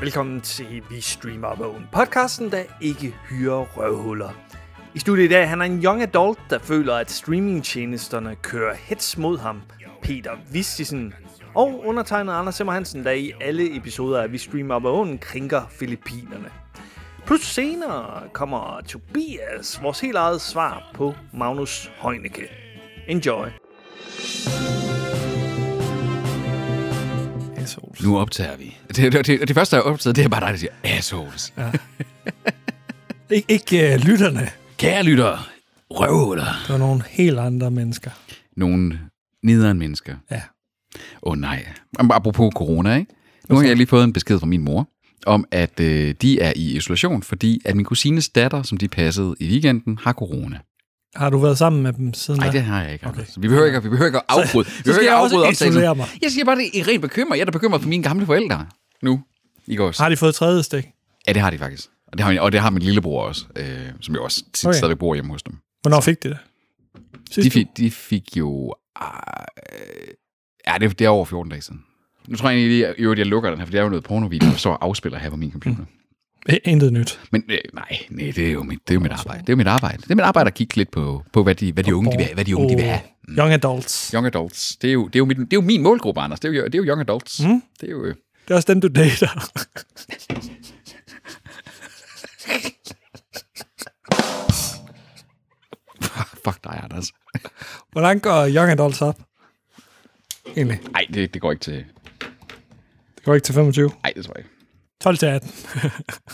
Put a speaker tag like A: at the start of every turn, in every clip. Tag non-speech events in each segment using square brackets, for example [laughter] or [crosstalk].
A: Velkommen til Vi Streamer Vågen, podcasten, der ikke hyrer røvhuller. I studiet i dag han er en young adult, der føler, at streamingtjenesterne kører hets mod ham, Peter Vistisen, og undertegnet Anders Simmer Hansen, der i alle episoder af Vi Streamer Vågen krænker Filippinerne. Plus senere kommer Tobias, vores helt eget svar på Magnus Heunicke. Enjoy.
B: Assholes.
C: Nu optager vi. Det, det, det, det første, jeg optager, det er bare dig, der siger, assholes. Ja.
B: Ik- ikke uh, lytterne.
C: Kære lyttere, røvhuller.
B: Det var nogle helt andre mennesker.
C: Nogle nederen mennesker.
B: Ja.
C: Åh oh, nej. Am- Apropos corona, ikke? Nu har jeg lige fået en besked fra min mor, om at øh, de er i isolation, fordi at min kusines datter, som de passede i weekenden, har corona.
B: Har du været sammen med dem siden
C: Nej,
B: da?
C: det har jeg ikke.
B: Okay.
C: Okay. Så vi behøver ikke, vi behøver ikke at afbryde. vi behøver
B: skal
C: ikke
B: jeg
C: at
B: også
C: afbryde
B: isolere mig.
C: Jeg siger bare, det er rent bekymret. Jeg er da bekymret for mine gamle forældre nu. I går.
B: Har de fået tredje stik?
C: Ja, det har de faktisk. Og det har, min- og det har min lillebror også, øh, som jo også tit
B: Okay.
C: okay. stadigvæk bor hjemme hos dem.
B: Hvornår fik de det? Sidste
C: De fik, de fik jo... Øh, ja, det, det er over 14 dage siden. Nu tror jeg egentlig lige, at i øvrigt, jeg lukker den her, for det er jo noget pornovideo, der står og afspiller her på min computer.
B: uge? I- Intet nyt.
C: Men øh, nej, nej, det er jo mit, det er jo mit arbejde. Det er jo mit arbejde. Det er mit arbejde at kigge lidt på, på hvad, de, hvad, de unge, de vil, have- hvad de unge de vil have.
B: Mm. Young adults.
C: Young adults. Det er jo, det er jo, mit, det er jo min målgruppe, Anders. Det er jo, det er jo young adults. Mm. Det er jo... øh,
B: Det er også dem, du dater. [laughs]
C: Fuck dig, Anders.
B: Hvordan går young adults op? Egentlig.
C: Nej, det, det går ikke til...
B: Det går ikke til 25.
C: Nej, det tror jeg ikke.
B: 12 til 18.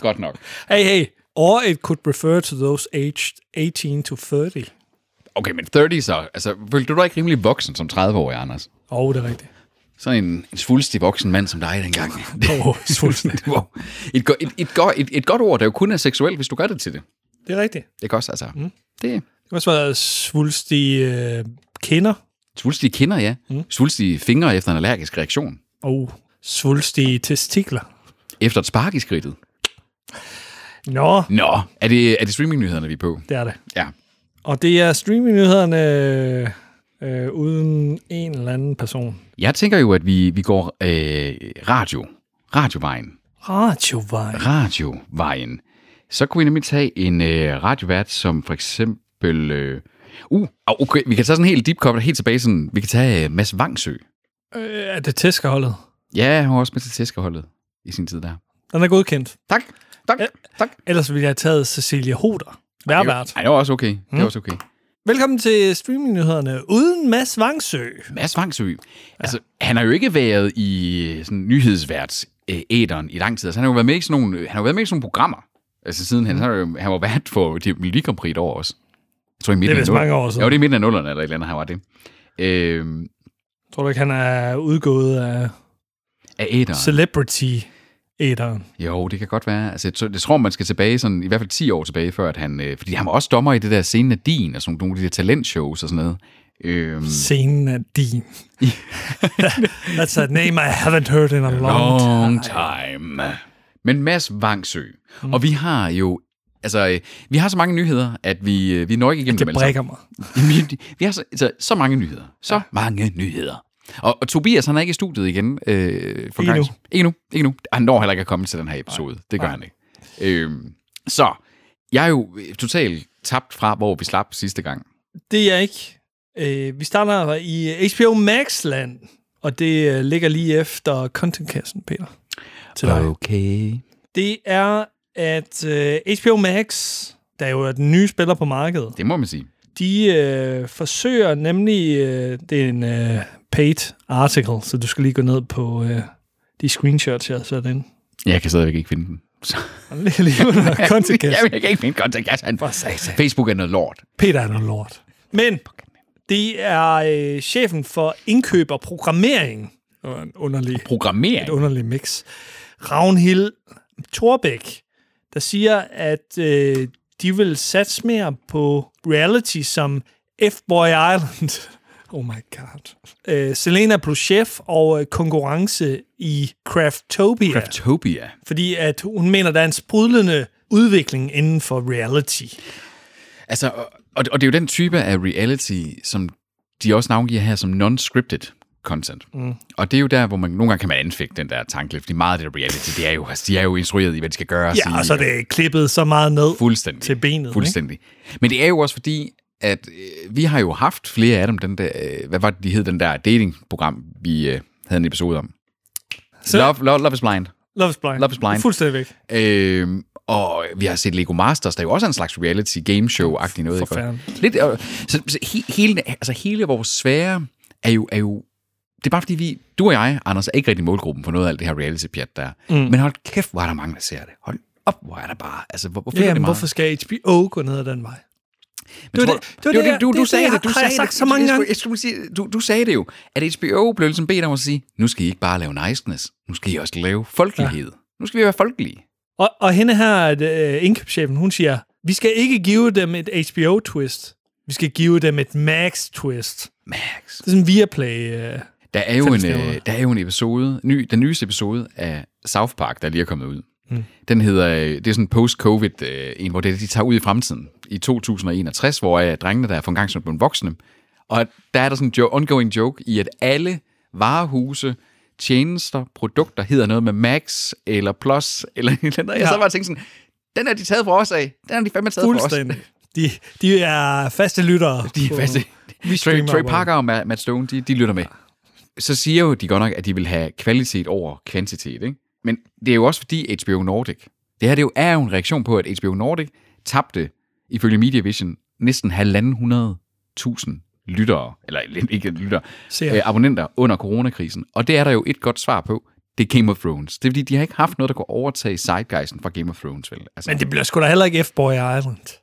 C: Godt nok.
B: Hey, hey. Or it could refer to those aged 18 to 30.
C: Okay, men 30 så. Altså, følte du dig ikke rimelig voksen som 30-årig, Anders?
B: Åh, oh, det er rigtigt.
C: Sådan en, en svulstig voksen mand som dig dengang. [laughs]
B: Åh, svulstig.
C: Det var- et, go- et, et, go- et, et godt ord, der jo kun er seksuelt, hvis du gør det til det.
B: Det er rigtigt.
C: Det kan også, altså. Mm. Det er
B: Det kan også være svulstige øh, kinder.
C: svulstige kinder, ja. Mm. Svulstige fingre efter en allergisk reaktion.
B: Og svulstige testikler.
C: Efter et spark i skridtet.
B: Nå,
C: Nå, er det, er det streamingnyhederne, vi er på?
B: det er det.
C: Ja.
B: Og det er streamingnyhederne øh, øh, uden en eller anden person.
C: Jeg tænker jo, at vi, vi går øh, radio. Radiovejen.
B: Radiovej.
C: Radiovejen. Så kunne vi nemlig tage en øh, radiovært, som for eksempel... Øh, uh, au, okay, vi kan tage sådan en helt deep cut, helt tilbage. Sådan, vi kan tage øh, Mads Vangsø.
B: Øh, er det tæskerholdet?
C: Ja, hun var også med til tæskeholdet i sin tid der.
B: Den er godkendt.
C: Tak, tak, tak.
B: Ellers ville jeg have taget Cecilia Hoder. Vær vært.
C: Ej, det var også okay. Det
B: Mm.
C: var også okay.
B: Velkommen til streamingnyhederne uden Mads Vangsø.
C: Mads Vangsø, altså, han har jo ikke været i øh, sådan nyhedsvært øh, æderen i lang tid. Altså, han har jo været med i sådan nogle, han har jo været med i sådan nogle programmer. Altså siden han, han, har jo, han var vært for det Melodi Grand Prix et år også. Jeg tror, i midten
B: Det er vist
C: af
B: mange år siden.
C: siden. Jo, det er i midten af nullerne eller et eller andet, han var det. Øh,
B: Tror du ikke, han er udgået af
C: af æderen.
B: celebrity æderen
C: Jo, det kan godt være. Altså, jeg, tror, jeg tror, man skal tilbage sådan, i hvert fald 10 år tilbage, før at han... Øh, fordi han var også dommer i det der scene af din, og sådan nogle af de der talentshows og sådan noget. Øhm,
B: Scenen er din. That's a name I haven't heard in a long time.
C: Long time. Men Mads Vangsø. Mm. Og vi har jo... Altså, øh, vi har så mange nyheder, at vi, øh, vi når ikke igennem
B: Det
C: dem alle
B: brækker mig.
C: [laughs] sammen. vi, vi har så, altså, så mange nyheder. Så ja. mange nyheder. Og, og Tobias, han er ikke i studiet igen. Øh, for
B: Ikke
C: gang-
B: nu.
C: Ikke nu. Ikke nu. Han når heller ikke at komme til den her episode. Nej. Det gør Nej. han ikke. Øh, så, jeg er jo øh, totalt tabt fra, hvor vi slap sidste gang.
B: Det er jeg ikke. Øh, vi starter i HBO Max-land, og det øh, ligger lige efter contentkassen, Peter. Til
C: Øh,
B: dig.
C: Okay.
B: Det er, at øh, HBO Max, der jo er den nye spiller på markedet,
C: Det må man sige.
B: de øh, forsøger nemlig, øh, det er en øh, paid article, så du skal lige gå ned på øh, de screenshots, jeg har sat ind.
C: Jeg kan stadigvæk ikke finde den. [laughs] Så.
B: Den ligger lige under contentkassen.
C: Jamen, jeg kan ikke finde contentkassen. Facebook er noget lort.
B: Peter er noget lort. Men det er øh, chefen for indkøb og programmering. Det var en underlig,
C: Programmering.
B: et underlig mix. Ravnhild Torbæk, der siger, at øh, de vil satse mere på reality som F-Boy Island. [laughs] Oh my god. Øh, Selena blev chef og øh, konkurrence i Craftopia.
C: Craftopia.
B: Fordi at hun mener, der er en sprudlende udvikling inden for reality.
C: Altså, og, og det er jo den type af reality, som de også navngiver her som non-scripted. content. Mm. Og det er jo der, hvor man nogle gange kan man anfægte den der tanke, fordi meget af det der reality, det er jo, altså, de er jo instrueret i, hvad de skal gøre.
B: Ja, og så er det klippet så meget ned
C: Fuldstændig.
B: til benet.
C: Fuldstændig. Ikke? Men det er jo også fordi, at øh, vi har jo haft flere af dem, den der, øh, hvad var det, de hed, den der datingprogram, vi øh, havde en episode om.
B: Så-
C: Love, love, love is Blind.
B: Ikke? Love is blind.
C: Love is Blind.
B: Fuldstændig væk.
C: Øh, og vi har set Lego Masters, der er jo også er en slags reality game show-agtig noget.
B: For
C: Ikke?
B: fanden.
C: Lidt, øh, så, så he, hele, altså hele vores sfære er jo, er jo... Det er bare fordi vi, du og jeg, Anders, er ikke rigtig målgruppen for noget af alt det her reality-pjat der. Mm. Men hold kæft, hvor er der mange, der ser det. Hold op, hvor er der bare... Altså, hvor, hvor fylder
B: Ja,
C: det
B: men
C: meget?
B: hvorfor skal HBO gå ned ad den vej?
C: Men
B: Det var
C: tror-
B: det- det var
C: det var
B: det,
C: det, du,
B: jeg-
C: du
B: det-
C: sagde
B: det
C: det. Du
B: har jeg
C: sagde
B: sagt
C: det.
B: så mange
C: Jeg skulle-
B: gange.
C: Jeg skulle sige, du, du sagde det jo, at HBO blev ligesom bedt om at sige, nu skal I ikke bare lave niceness, nu skal I også lave folkelighed. Nu skal vi være folkelige.
B: Og, og hende her, øh, indkøbschefen, hun siger, vi skal ikke give dem et HBO-twist. Vi skal give dem et Max-twist.
C: Max.
B: Det er sådan Viaplay. Øh.
C: Der er jo,
B: Fem
C: en,
B: stjerner.
C: øh, der er jo en episode, ny, den nyeste episode af South Park, der lige er kommet ud. Mm. Den hedder, øh, det er sådan en post-covid øh, en, hvor det, de tager ud i fremtiden i 2061, hvor øh, drengene, der er for en gang som blevet voksne, og der er der sådan en jo- ongoing joke i, at alle varehuse, tjenester, produkter hedder noget med max eller plus, eller [laughs] et eller andet. Jeg
B: Ja.
C: sad bare og tænkte sådan, den er de taget fra os af. Den er de fandme taget fra os.
B: Fuldstændig. De, de er faste lyttere.
C: De er
B: på-
C: faste. Trey,
B: streamer
C: Trey
B: over.
C: Parker og Ma- Matt Stone, de, de lytter med. Så siger jo de godt nok, at de vil have kvalitet over kvantitet, ikke? Men det er jo også fordi HBO Nordic, det her det jo er jo en reaktion på, at HBO Nordic tabte, ifølge Media Vision, næsten halvanden hundrede tusind lyttere, eller ikke lyttere,
B: Seere.
C: øh, abonnenter under coronakrisen. Og det er der jo et godt svar på, det er Game of Thrones. Det er fordi, de har ikke haft noget, der kunne overtage sidegeisen fra Game of Thrones, vel? Altså,
B: Men det bliver sgu da heller ikke F-Boy Island,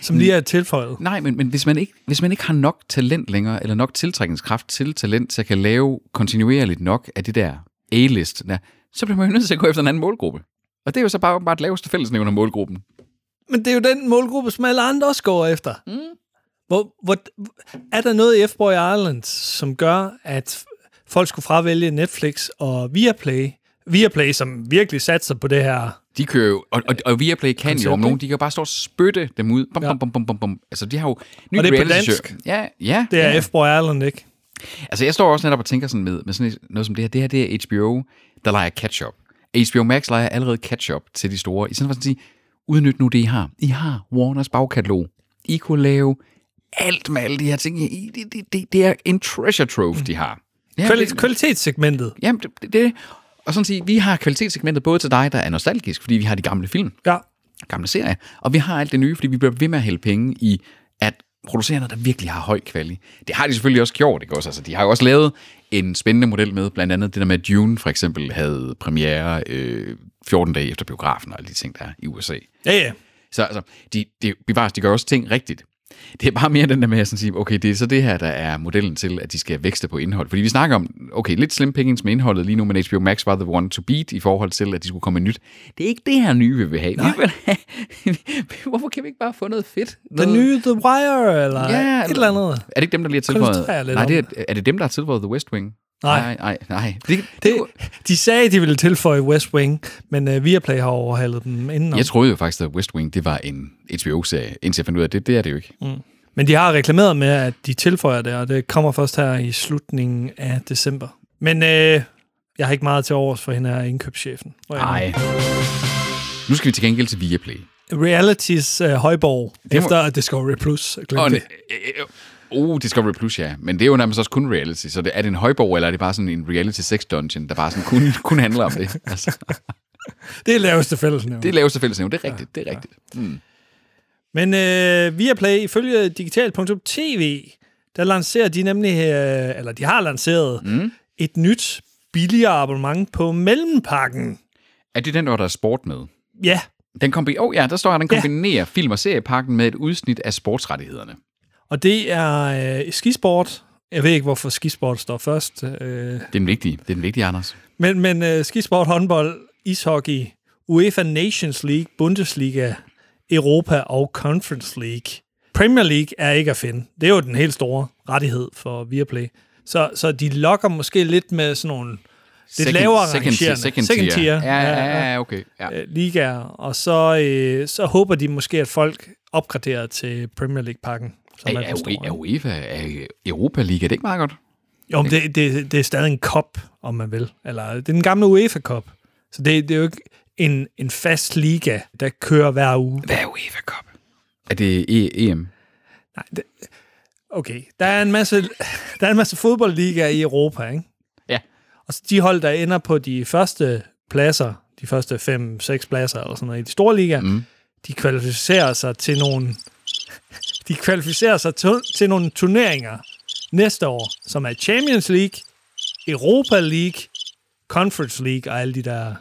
B: som lige er tilføjet.
C: Nej, men, men hvis, man ikke, hvis man ikke har nok talent længere, eller nok tiltrækningskraft til talent, så kan lave kontinuerligt nok af det der A-list, der, så bliver man jo nødt til at gå efter en anden målgruppe. Og det er jo så bare, bare et laveste fællesnævner målgruppen.
B: Men det er jo den målgruppe, som alle andre også går efter. Mm. Hvor, hvor, er der noget i F-Boy Island, som gør, at folk skulle fravælge Netflix og Viaplay? Viaplay, som virkelig satser på det her.
C: De kører jo, og, og, og Viaplay kan jo om
B: Koncept,
C: nogen, de kan jo bare stå og spytte dem ud. Bum, bum, bum, bum, bum, bum. Altså, de har jo ny
B: Og det er på
C: reality
B: dansk.
C: show. Ja, ja.
B: Det er F-Boy Island, ikke?
C: Altså, jeg står også netop og tænker sådan med, med sådan et- noget som det her. Det her, det er HBO, der leger catch-up. HBO Max leger allerede catch-up til de store. I stedet for sådan at sige, udnyt nu det, I har. I har Warners bagkatalog. I kunne lave alt med alle de her ting. I, det, det, det, det er en treasure trove, de har. Ja,
B: Kvali- kvalitetssegmentet.
C: Jamen, det, det, det. Og sådan at sige, vi har kvalitetssegmentet både til dig, der er nostalgisk, fordi vi har de gamle film,
B: Ja.
C: gamle serier, og vi har alt det nye, fordi vi bliver ved med at hælde penge i at producere noget, der virkelig har høj kvalitet. Det har de selvfølgelig også gjort, ikke også? Altså, de har jo også lavet en spændende model med, blandt andet det der med, at Dune for eksempel havde premiere øh, 14 dage efter biografen og alle de ting, der er i USA.
B: Ja, ja.
C: Så altså, de, de, bevares, de gør også ting rigtigt. Det er bare mere den der med at sådan sige, okay, det er så det her, der er modellen til, at de skal vækste på indhold. Fordi vi snakker om, okay, lidt slim pickings med indholdet lige nu, men HBO Max var the one to beat i forhold til, at de skulle komme med nyt. Det er ikke det her nye, vi vil have. Vi vil have [laughs] Hvorfor kan vi ikke bare få noget fedt?
B: The
C: Noget-
B: nye The Wire, eller ja, et eller andet.
C: Er det ikke dem, der lige har tilføjet?
B: Koncentrer jer lidt
C: Nej,
B: om
C: det er, er det dem, der har tilføjet The West Wing?
B: Nej.
C: Nej, nej, nej. Det, det,
B: Det, de sagde, de ville tilføje West Wing, men uh, Viaplay har overhalet dem inden.
C: jeg troede jo faktisk, at West Wing, det var en HBO-serie, indtil jeg fandt ud af, at det, det er det jo ikke.
B: Mm. Men de har reklameret med, at de tilføjer det, og det kommer først her i slutningen af december. Men øh, jeg har ikke meget til overs for hende her indkøbschefen. Hvor jeg-
C: Nej. Nu skal vi til gengæld til Viaplay.
B: Realities øh, højborg det
C: må-
B: efter Discovery Plus. Glem
C: Og en,
B: det.
C: øh, øh, oh, Discovery Plus, ja. Men det er jo nærmest også kun reality. Så det, er det en højborg, eller er det bare sådan en reality sex dungeon, der bare sådan kun, [laughs] kun handler om det? Altså,
B: Det er laveste fællesnævn.
C: det er laveste fællesnævn. Det er rigtigt, det er rigtigt.
B: Men øh, Viaplay, ifølge digital.tv, der lancerer de nemlig, øh, eller de har lanceret, mm. et nyt billigere abonnement på Mellempakken.
C: Er det den, hvor der er sport med?
B: Ja,
C: Den kombi- oh, ja, der står, at den kombinerer film- og seriepakken med et udsnit af sportsrettighederne.
B: og det er øh, skisport. Jeg ved ikke, hvorfor skisport står først. Øh,
C: Det er den vigtige, det er den vigtige, Anders.
B: Men, men uh, skisport, håndbold, ishockey, UEFA Nations League, Bundesliga, Europa og Conference League. Premier League er ikke at finde. Det er jo den helt store rettighed for Viaplay. Så, så de lokker måske lidt med sådan nogle lidt
C: Second-
B: lavere
C: second, tier,
B: rangerende
C: second, tier. Ja, ja,
B: ja,
C: ja, ja, okay. Ja.
B: øh, ligaer. Og så, øh, så håber de måske, at folk opgraderer til Premier League-pakken. Som
C: Er, E-
B: er den
C: er,
B: store.
C: er UEFA, er Europa League, er det ikke meget godt?
B: Jo, men det, det, det er stadig en kop, om man vil. Eller, det er den gamle UEFA-kop. Så det, det er jo ikke en, en fast liga, der kører hver uge.
C: Hvad er UEFA Cup? Er det e- EM?
B: Nej, det, okay, der er, en masse, der er en masse fodboldligaer i Europa, ikke?
C: Ja.
B: Og så de hold, der ender på de første pladser, de første 5-6 pladser eller sådan noget i de store ligaer, mm. de kvalificerer sig til nogle de kvalificerer sig til, til nogle turneringer næste år, som er Champions League, Europa League, Conference League og alle de der...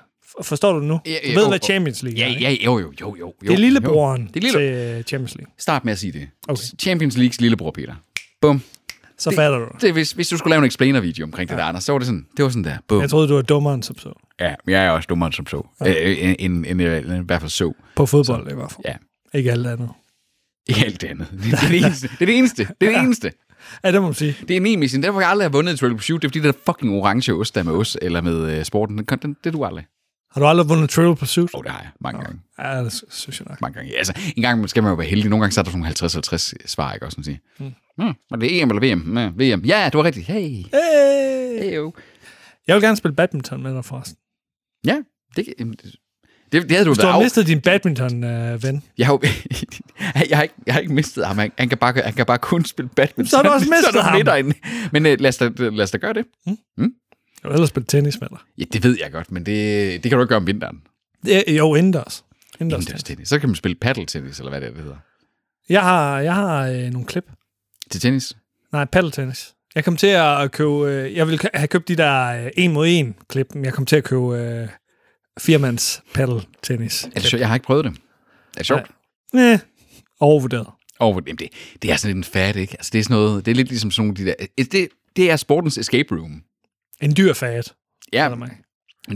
B: Forstår du nu?
C: Ja, ja,
B: du ved,
C: jo,
B: hvad
C: jo.
B: Champions League
C: Ja,
B: er, ikke?
C: ja, jo, jo, jo, jo.
B: Det er lillebroren
C: Det er lille...
B: til Champions League.
C: Start med at sige det.
B: Okay.
C: Champions Leagues lillebror, Peter. Bum.
B: Så det, fatter du.
C: Det, er, hvis, hvis du skulle lave en explainer-video omkring ja. det der, Anders, så var det sådan, det var sådan der. Bum.
B: Jeg troede, du var dummere end som så.
C: Ja, men jeg er også dummere end som så. Ja. Øh, en, en, en, en, en, i hvert fald så.
B: På fodbold i hvert fald.
C: Ja,
B: Ikke alt andet.
C: ikke alt det andet. [laughs] Det er det eneste. Det er det eneste. Det er det eneste.
B: Ja, det må man sige.
C: Det er min mission. Derfor jeg aldrig har vundet et Triple Shoot. Det er fordi, det der fucking orange ost, der er med os, eller med øh, sporten. Den, den, det er du aldrig.
B: Har du aldrig vundet Trivial Pursuit?
C: Åh, oh, det har jeg. Mange gange.
B: Ja, det sy- synes jeg nok.
C: Mange gange. Ja, altså, en gang skal man jo være heldig. Nogle gange så er der sådan nogle 50-50 svar, ikke? Og sådan at sige. Mm. Mm, var det EM eller VM? Mm, VM. Ja, du var rigtigt. Hey.
B: Hey!
C: hey jo.
B: Jeg vil gerne spille badminton med dig forresten.
C: Ja, det, kan- jamen, det, det, det havde du
B: Du
C: været
B: har
C: af.
B: mistet din øh, badminton-ven.
C: Jeg har, jo, [laughs] jeg, har ikke, jeg har ikke mistet ham. Han, han, kan bare, han kan bare kun spille badminton.
B: Så har du også
C: [laughs]
B: mistet
C: så er der
B: ham.
C: lidt derinde. Men øh, lad, os da, lad os da gøre det.
B: jeg vil ellers spille tennis med dig.
C: Ja, det ved jeg godt, men det, det kan du ikke gøre om vinteren.
B: Det er- Jo, indendørs. Indendørs.
C: Indendørs tennis. Så kan man spille paddeltennis, eller hvad det, er, det hedder.
B: Jeg har, jeg har øh, nogle klip.
C: Til tennis?
B: Nej, paddeltennis. Jeg kom til at købe... Øh, jeg ville kø- have købt de der øh, en mod en klip, men jeg kom til at købe øh, firmands paddeltennis.
C: Er det sjovt? Jeg har ikke prøvet det. Er det sjovt?
B: Nej. Næh, overvurderet.
C: Og, jamen, det, det er sådan lidt en fat, ikke? Altså, det er sådan noget, det er lidt ligesom sådan nogle af de der... Det, det er sportens escape room.
B: En dyr fad.
C: Ja,
B: mig.
C: men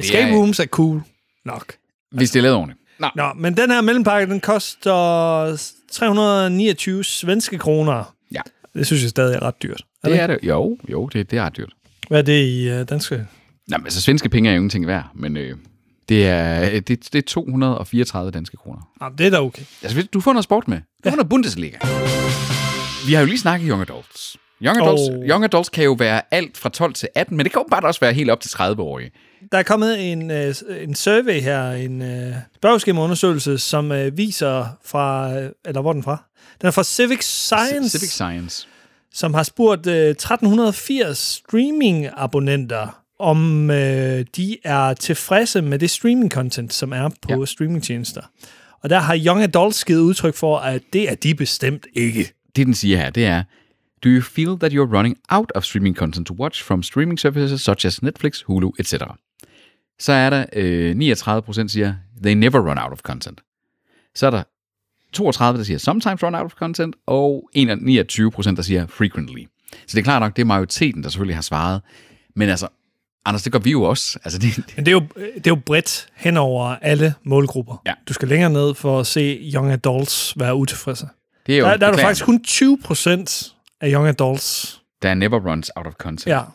C: det
B: Escape
C: er,
B: rooms er cool nok.
C: hvis det er lavet ordentligt. Nå,
B: Nå, men den her mellempakke, den koster 329 svenske kroner.
C: Ja.
B: Det synes jeg stadig er ret dyrt. Er
C: det er det. Jo, jo, det, det er ret dyrt.
B: Hvad er det i uh, danske?
C: Nå, men altså, svenske penge er jo ingenting værd, men øh, det, er, øh, det, det er 234 danske kroner.
B: Ah, det er da okay.
C: Altså, ved du, du får noget sport med. Du får noget Bundesliga. Vi har jo lige snakket Young Adults. Young Adults,
B: Åh.
C: oh. young adults kan jo være alt fra 12 til 18, men det kan jo bare også være helt op til 30-årige.
B: Der er kommet en, uh, en survey her, en uh, spørgeskemaundersøgelse, som uh, viser fra, uh, eller hvor er den fra? Den er fra Civic Science,
C: Civic Science.
B: som har spurgt uh, 1380 streaming-abonnenter, om uh, de er tilfredse med det streaming-content, som er på ja. streamingtjenester. Og der har Young Adults givet udtryk for, at det er de bestemt ikke.
C: Det, den siger her, det er, Do you feel that you're running out of streaming content to watch from streaming services such as Netflix, Hulu, etc.? Så er der øh, 39 procent siger, They never run out of content. Så er der 32, der siger, Sometimes run out of content, og 29 procent, der siger, Frequently. Så det er klart nok, det er majoriteten, der selvfølgelig har svaret. Men altså, Anders, det gør vi jo også. Altså, det,
B: Men det er jo, det er jo bredt hen over alle målgrupper.
C: Ja.
B: Du skal længere ned for at se young adults være utilfredse.
C: det er jo
B: Der, der er du
C: beklageligt.
B: faktisk kun 20 procent af young adults.
C: Der er never runs out of content.
B: Ja.
C: Jamen,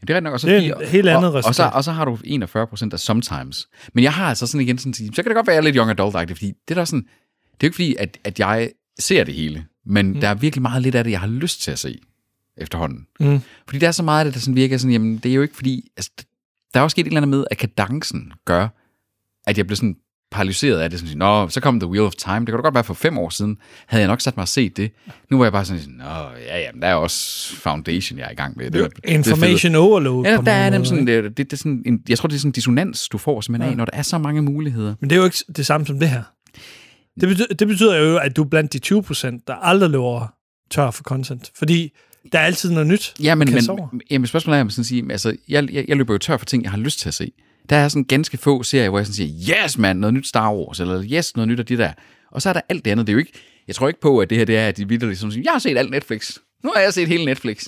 C: Det er rigtig nok. Og så
B: Det er
C: de-
B: et helt andet
C: og, og, så,
B: resultat.
C: og så har du 41 procent af sometimes. Men jeg har altså sådan igen sådan, så kan det godt være, at jeg er lidt young adult fordi det er da sådan, det er jo ikke fordi, at, at jeg ser det hele, men mm. der er virkelig meget lidt af det, jeg har lyst til at se efterhånden.
B: Mm.
C: Fordi der er så meget af det, der sådan virker sådan, jamen det er jo ikke fordi, altså, der er også sket et eller andet med, at kadencen gør, at jeg blev sådan paralyseret af det. Sådan, Nå, så kom The Wheel of Time. Det kunne da godt være for fem år siden, havde jeg nok sat mig og set det. Nu var jeg bare sådan, Nå, ja, ja, men der er også Foundation, jeg er i gang med. Det, var- det er fedt.
B: Information overload.
C: Ja,
B: på
C: der
B: mange
C: er
B: måder,
C: nemlig sådan, øh,
B: ikke?
C: det, det, det er sådan en, jeg tror, det er sådan en dissonans, du får simpelthen ja. af, når der er så mange muligheder.
B: Men det er jo ikke det samme som det her. Det betyder, det betyder jo, at du er blandt de 20 procent, der aldrig løber tør for content. Fordi der er altid noget nyt.
C: Ja, men,
B: Kasse over.
C: men jamen, spørgsmålet er, om sådan at sige, altså, jeg, jeg, jeg løber jo tør for ting, jeg har lyst til at se. Der er sådan ganske få serier, hvor jeg sådan siger, yes mand, noget nyt Star Wars, eller yes, noget nyt af det der. Og så er der alt det andet. Det er jo ikke, jeg tror ikke på, at det her det er, at de vildt ligesom siger, jeg har set alt Netflix. Nu har jeg set hele Netflix.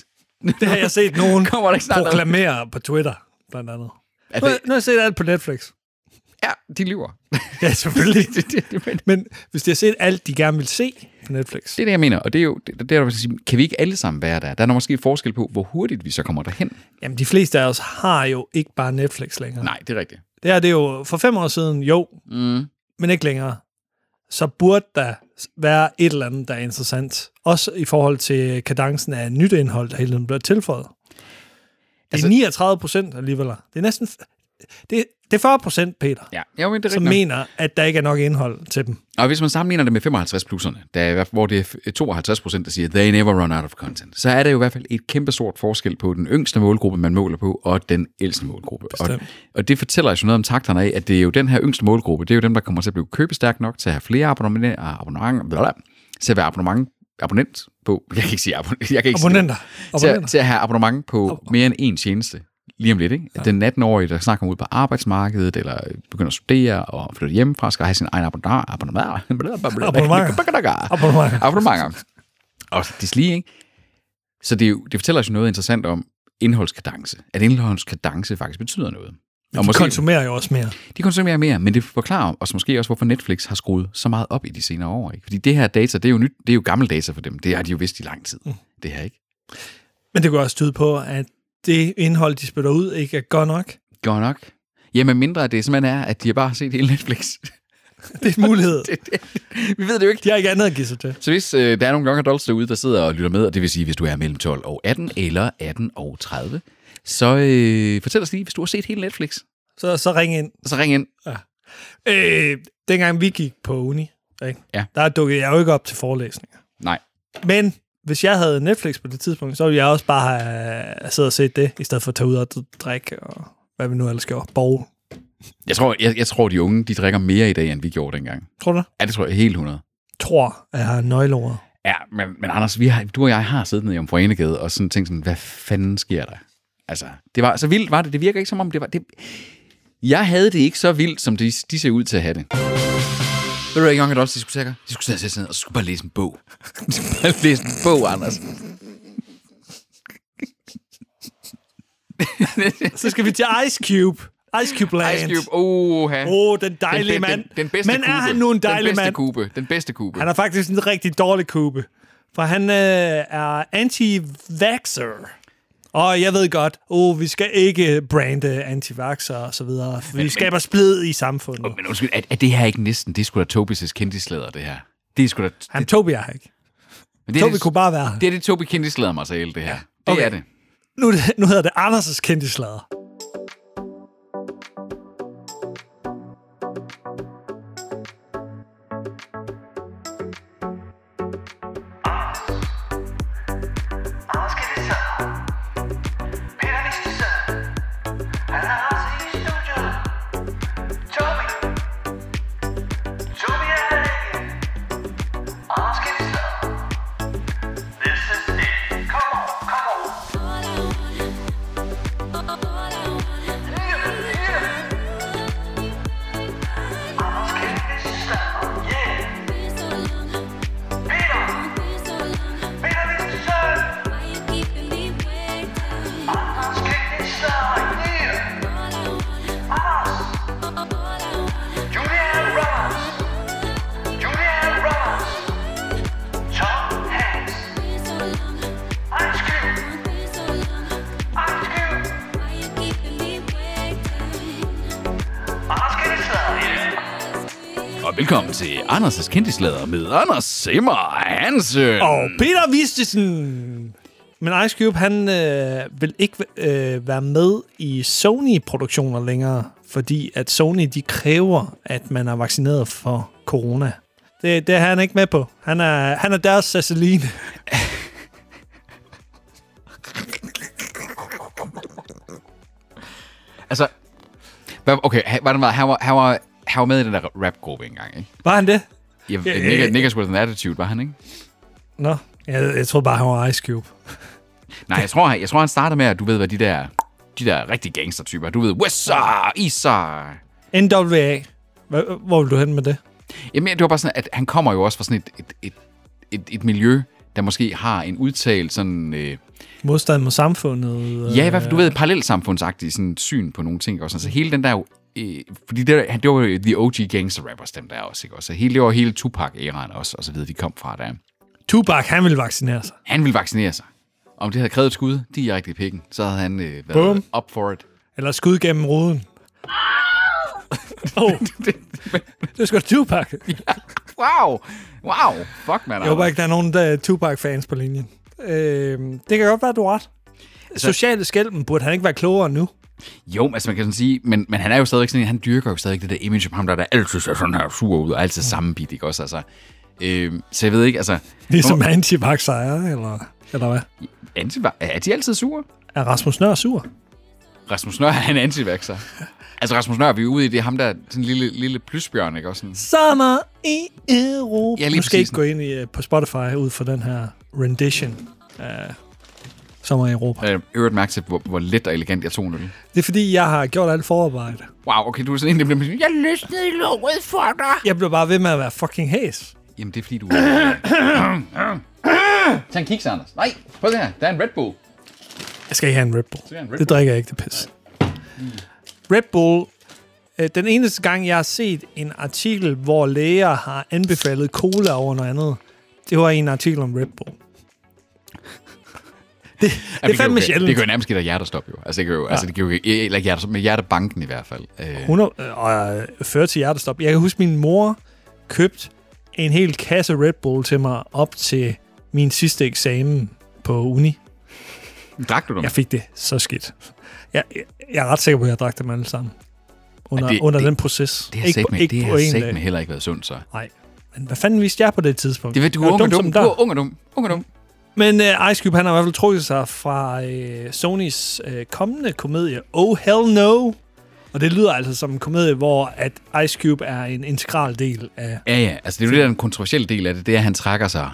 C: [laughs]
B: Det har jeg set nogen
C: Kommer der ikke snart noget?
B: proklamere på Twitter, blandt andet.
C: Er
B: Nu,
C: det,
B: nu har jeg set alt på Netflix.
C: ja, de lyver. [laughs]
B: Ja, selvfølgelig.
C: det, det, det, men-
B: Men hvis de har set alt, de gerne vil se på Netflix.
C: det er det, jeg mener. Og det er jo, det, det er, der, vil sige, kan vi ikke alle sammen være der? Der er nok måske forskel på, hvor hurtigt vi så kommer derhen.
B: Jamen, de fleste af os har jo ikke bare Netflix længere.
C: Nej, det er rigtigt.
B: Det her det er jo for fem år siden, jo,
C: Mm.
B: men ikke længere. Så burde der være et eller andet, der er interessant. Også i forhold til kadencen af nyt indhold, der hele tiden bliver tilføjet.
C: Altså-
B: Det er 39 procent alligevel. Det er næsten... Det, det er 40 procent, Peter,
C: Ja, ja men det er
B: som
C: rigtigt. nok.
B: mener, at der ikke er nok indhold til dem.
C: Og hvis man sammenligner det med 55-plusserne, der er, i hvert fald- hvor det er 52 procent, der siger, they never run out of content, så er der jo i hvert fald et kæmpe stort forskel på den yngste målgruppe, man måler på, og den ældste målgruppe. Og,
B: Bestemt.
C: og, det fortæller jo noget om takterne af, at det er jo den her yngste målgruppe, det er jo dem, der kommer til at blive købestærk nok til at have flere abonnement, abonnement bla, bla, til at være abonnement, abonnent på, [laughs] jeg kan ikke sige abonnent, jeg kan ikke sige-
B: Abonnenter.
C: til at,
B: Abonnenter.
C: til at have abonnement på mere end én tjeneste lige om lidt. Ikke? Den 18-årige, der snakker ud på arbejdsmarkedet, eller begynder at studere og flytter hjemmefra, skal have sin egen abonnement. Abonnement.
B: Abonnementer. Abonnementer.
C: Abonnementer. Og det lige, ikke? Så det, er jo- det fortæller os jo noget interessant om indholdskadence. At indholdskadence faktisk betyder noget. Og
B: De
C: måske,
B: konsumerer jo også mere.
C: de konsumerer mere, men det forklarer os måske også, hvorfor Netflix har skruet så meget op i de senere år. Ikke? Fordi det her data, det er jo, nyt, det er jo gammel data for dem. Det har de jo vidst i lang tid. Det her, ikke?
B: Men det går også tyde på, at det indhold, de spytter ud, ikke er godt nok.
C: Godt nok. Jamen mindre det simpelthen er, at de har bare set hele Netflix.
B: Det er en
C: [laughs]
B: mulighed.
C: Det- det- Vi ved det jo ikke.
B: De har ikke andet at give sig til.
C: Så hvis øh, der er nogle young adults derude, der sidder og lytter med, og det vil sige, hvis du er mellem 12 og 18, eller 18 og 30, så øh, fortæl os lige, hvis du har set hele Netflix,
B: Så, så ring ind.
C: så ring ind.
B: Øh, dengang vi gik på uni, ikke?
C: Ja.
B: der dukkede jeg jo ikke op til forelæsninger.
C: Nej.
B: Men hvis jeg havde Netflix på det tidspunkt, så ville jeg også bare have siddet og set det, i stedet for at tage ud og drikke og hvad vi nu ellers gjorde. Bowl.
C: Jeg tror, jeg, jeg tror, de unge, de drikker mere i dag, end vi gjorde dengang.
B: Tror du det?
C: Ja, det tror jeg helt 100.
B: Tror, at jeg har nøgleordet.
C: Ja, men, men Anders, vi har, du og jeg har siddet nede i Omforenegade og sådan tænkt sådan, hvad fanden sker der? Altså, det var så vildt, var det? Det virker ikke som om, det var... Det... Jeg havde det ikke så vildt, som de, de ser ud til at have det. Ved du ikke, Young Adults, de skulle sætte De skulle sidde og sætte sig ned, og så skulle bare læse en bog. De skulle bare læse en bog, Anders.
B: Så skal vi til Ice Cube. Ice Cube Land.
C: Ice Cube, oh, han.
B: Åh, oh, den dejlige
C: den,
B: mand.
C: Den, den bedste
B: Men
C: kube.
B: er han nu en
C: den
B: dejlig
C: bedste
B: mand?
C: Kube. Den bedste kube.
B: Han er faktisk en rigtig dårlig kube. For han øh, er anti-vaxxer. Og jeg ved godt, oh, vi skal ikke brande anti og så videre. for Vi skaber splid i samfundet.
C: Men undskyld, er, er, det her ikke næsten? Det er sgu da Tobis' kendtislæder, det her. Det er sgu da...
B: Han Tobi er her ikke.
C: Men det er
B: Tobi
C: det-
B: kunne bare være her.
C: Det er det Tobi kendtislæder materiale, det her. Det
B: okay.
C: er det.
B: Nu, er det- nu hedder det Anders' kendislader.
D: Julian Roberts. Julian Roberts. Tom Hanks. Ice Cube. Ice Cube. Oscar the Slider.
C: Og velkommen til Anders' kendtislader med Anders Simmer Hansen.
B: Og Peter Vistesen! Men Ice Cube, han øh, vil ikke øh, være med i Sony-produktioner længere, fordi at Sony, de kræver, at man er vaccineret for corona. Det, det er han ikke med på. Han er, han er deres Ceciline.
C: Altså, hvad- okay, han- hvordan var det? Han var, han var, han var med i den der rapgruppe engang, ikke?
B: [laughs] Var han det?
C: Jeg,
B: Ja,
C: yeah,
B: ja, ja.
C: Nick, Nick er sgu da den attitude, var han, ikke?
B: Nå, jeg, jeg troede bare, han var Ice Cube.
C: Nej, jeg tror, han, jeg tror, han startede med, at du ved, hvad de der, de der rigtig gangstertyper, du ved, Wessa, Isa.
B: NWA. Hva- Hvor vil du hen med det?
C: Jamen, det var bare sådan, at han kommer jo også fra sådan et, et, et, et, et miljø, der måske har en udtalt sådan... Øh,
B: Modstand mod samfundet? øh,
C: Ja, i hvert fald, du ved, parallelsamfundsagtig sådan syn på nogle ting. Også. Altså hele den der... Øh, fordi det, der, han- det var jo The OG Gangster Rappers, dem der også, ikke? Også hele, det var hele Tupac-æraen også, og så videre, de kom fra der.
B: Tupac, han vil vaccinere sig.
C: Han ville vaccinere sig. Om det havde krævet et skud direkte i pikken, så havde han øh, været
B: Bum.
C: up for it.
B: Eller skud gennem ruden. Åh, oh, [laughs] det er sgu da Tupac.
C: Wow! Wow! Fuck, man. altså.
B: Øhm, Jeg håber ikke, der er nogen der er Tupac-fans på linjen. Øh, det kan godt være, du har ret.
C: Altså-
B: Sociale skælden burde han ikke være klogere nu.
C: Jo, altså man kan sådan sige, men, men han er jo stadigvæk sådan, en- han dyrker jo stadigvæk det der image om ham, der, der altid ser sådan her sur ud, og altid sammenbidt, ikke også? Altså, øh, så jeg ved ikke, altså...
B: Ligesom
C: Nå,
B: anti-vax er, eller, eller hvad?
C: anti er de altid sure?
B: Er Rasmus Nør sur?
C: Rasmus Nør er en antivaxer. altså Rasmus Nør, vi er ude i det, er ham der, sådan en lille, lille plysbjørn, ikke også? Sådan,
B: Sommer i Europa.
C: Ja, lige
B: nu skal jeg
C: præcis.
B: ikke gå ind i, øh, på Spotify ud for den her rendition af Sommer i Europa.
C: øh, øvrigt mærke til, hvor, hvor let og elegant jeg tog en øl.
B: Det er fordi, jeg har gjort alt forarbejde.
C: Wow, okay, du er sådan en, der bliver sådan, jeg løsnede i låret for dig.
B: Jeg blev bare ved med at være fucking hæs.
C: Jamen, det er fordi, du... Tag en kiks, Anders. Nej, prøv det her. Der er en Red Bull.
B: Jeg skal ikke have en Red Bull. Mm.
C: er en Red
B: Det
C: Bull.
B: drikker jeg ikke, det pis. Red Bull. øh, Den eneste gang, jeg har set en artikel, hvor læger har anbefalet cola over noget andet, det var i en artikel om Red Bull.
C: Jamen,
B: Det er fandme
C: kan jo,
B: sjældent.
C: Altså, Det kan jo nærmest give dig hjertestop, jo. Altså, det kan jo, ja. altså, det kan jo eller ikke hjertestop, men hjertebanken i hvert fald. Øh,
B: 100, øh, og øh, fører til hjertestop. Jeg kan huske, min mor købte en hel kasse Red Bull til mig op til min sidste eksamen på uni.
C: drak du dem?
B: Jeg fik det så skidt. Jeg, jeg, jeg er ret sikker på, at jeg drak dem alle sammen. Under,
C: Ej,
B: det,
C: det-
B: under
C: det-
B: det, den proces.
C: Det har sagt med, det har
B: én
C: sagt
B: dag.
C: med heller ikke været sundt, så.
B: Nej. Men hvad fanden vidste jeg på det tidspunkt?
C: Det ved du,
B: Jeg
C: er
B: var
C: ung og dum.
B: som
C: Du
B: dør.
C: er ung og dum. Ung og dum.
B: Men uh, Ice Cube, han har i hvert fald trukket sig fra uh, Sonys uh, kommende komedie, Oh Hell No. Og det lyder altså som en komedie, hvor at Ice Cube er en integral del af...
C: Ja, ja. Altså, det er jo det, der er en kontroversiel del af det. Det er, at han trækker sig,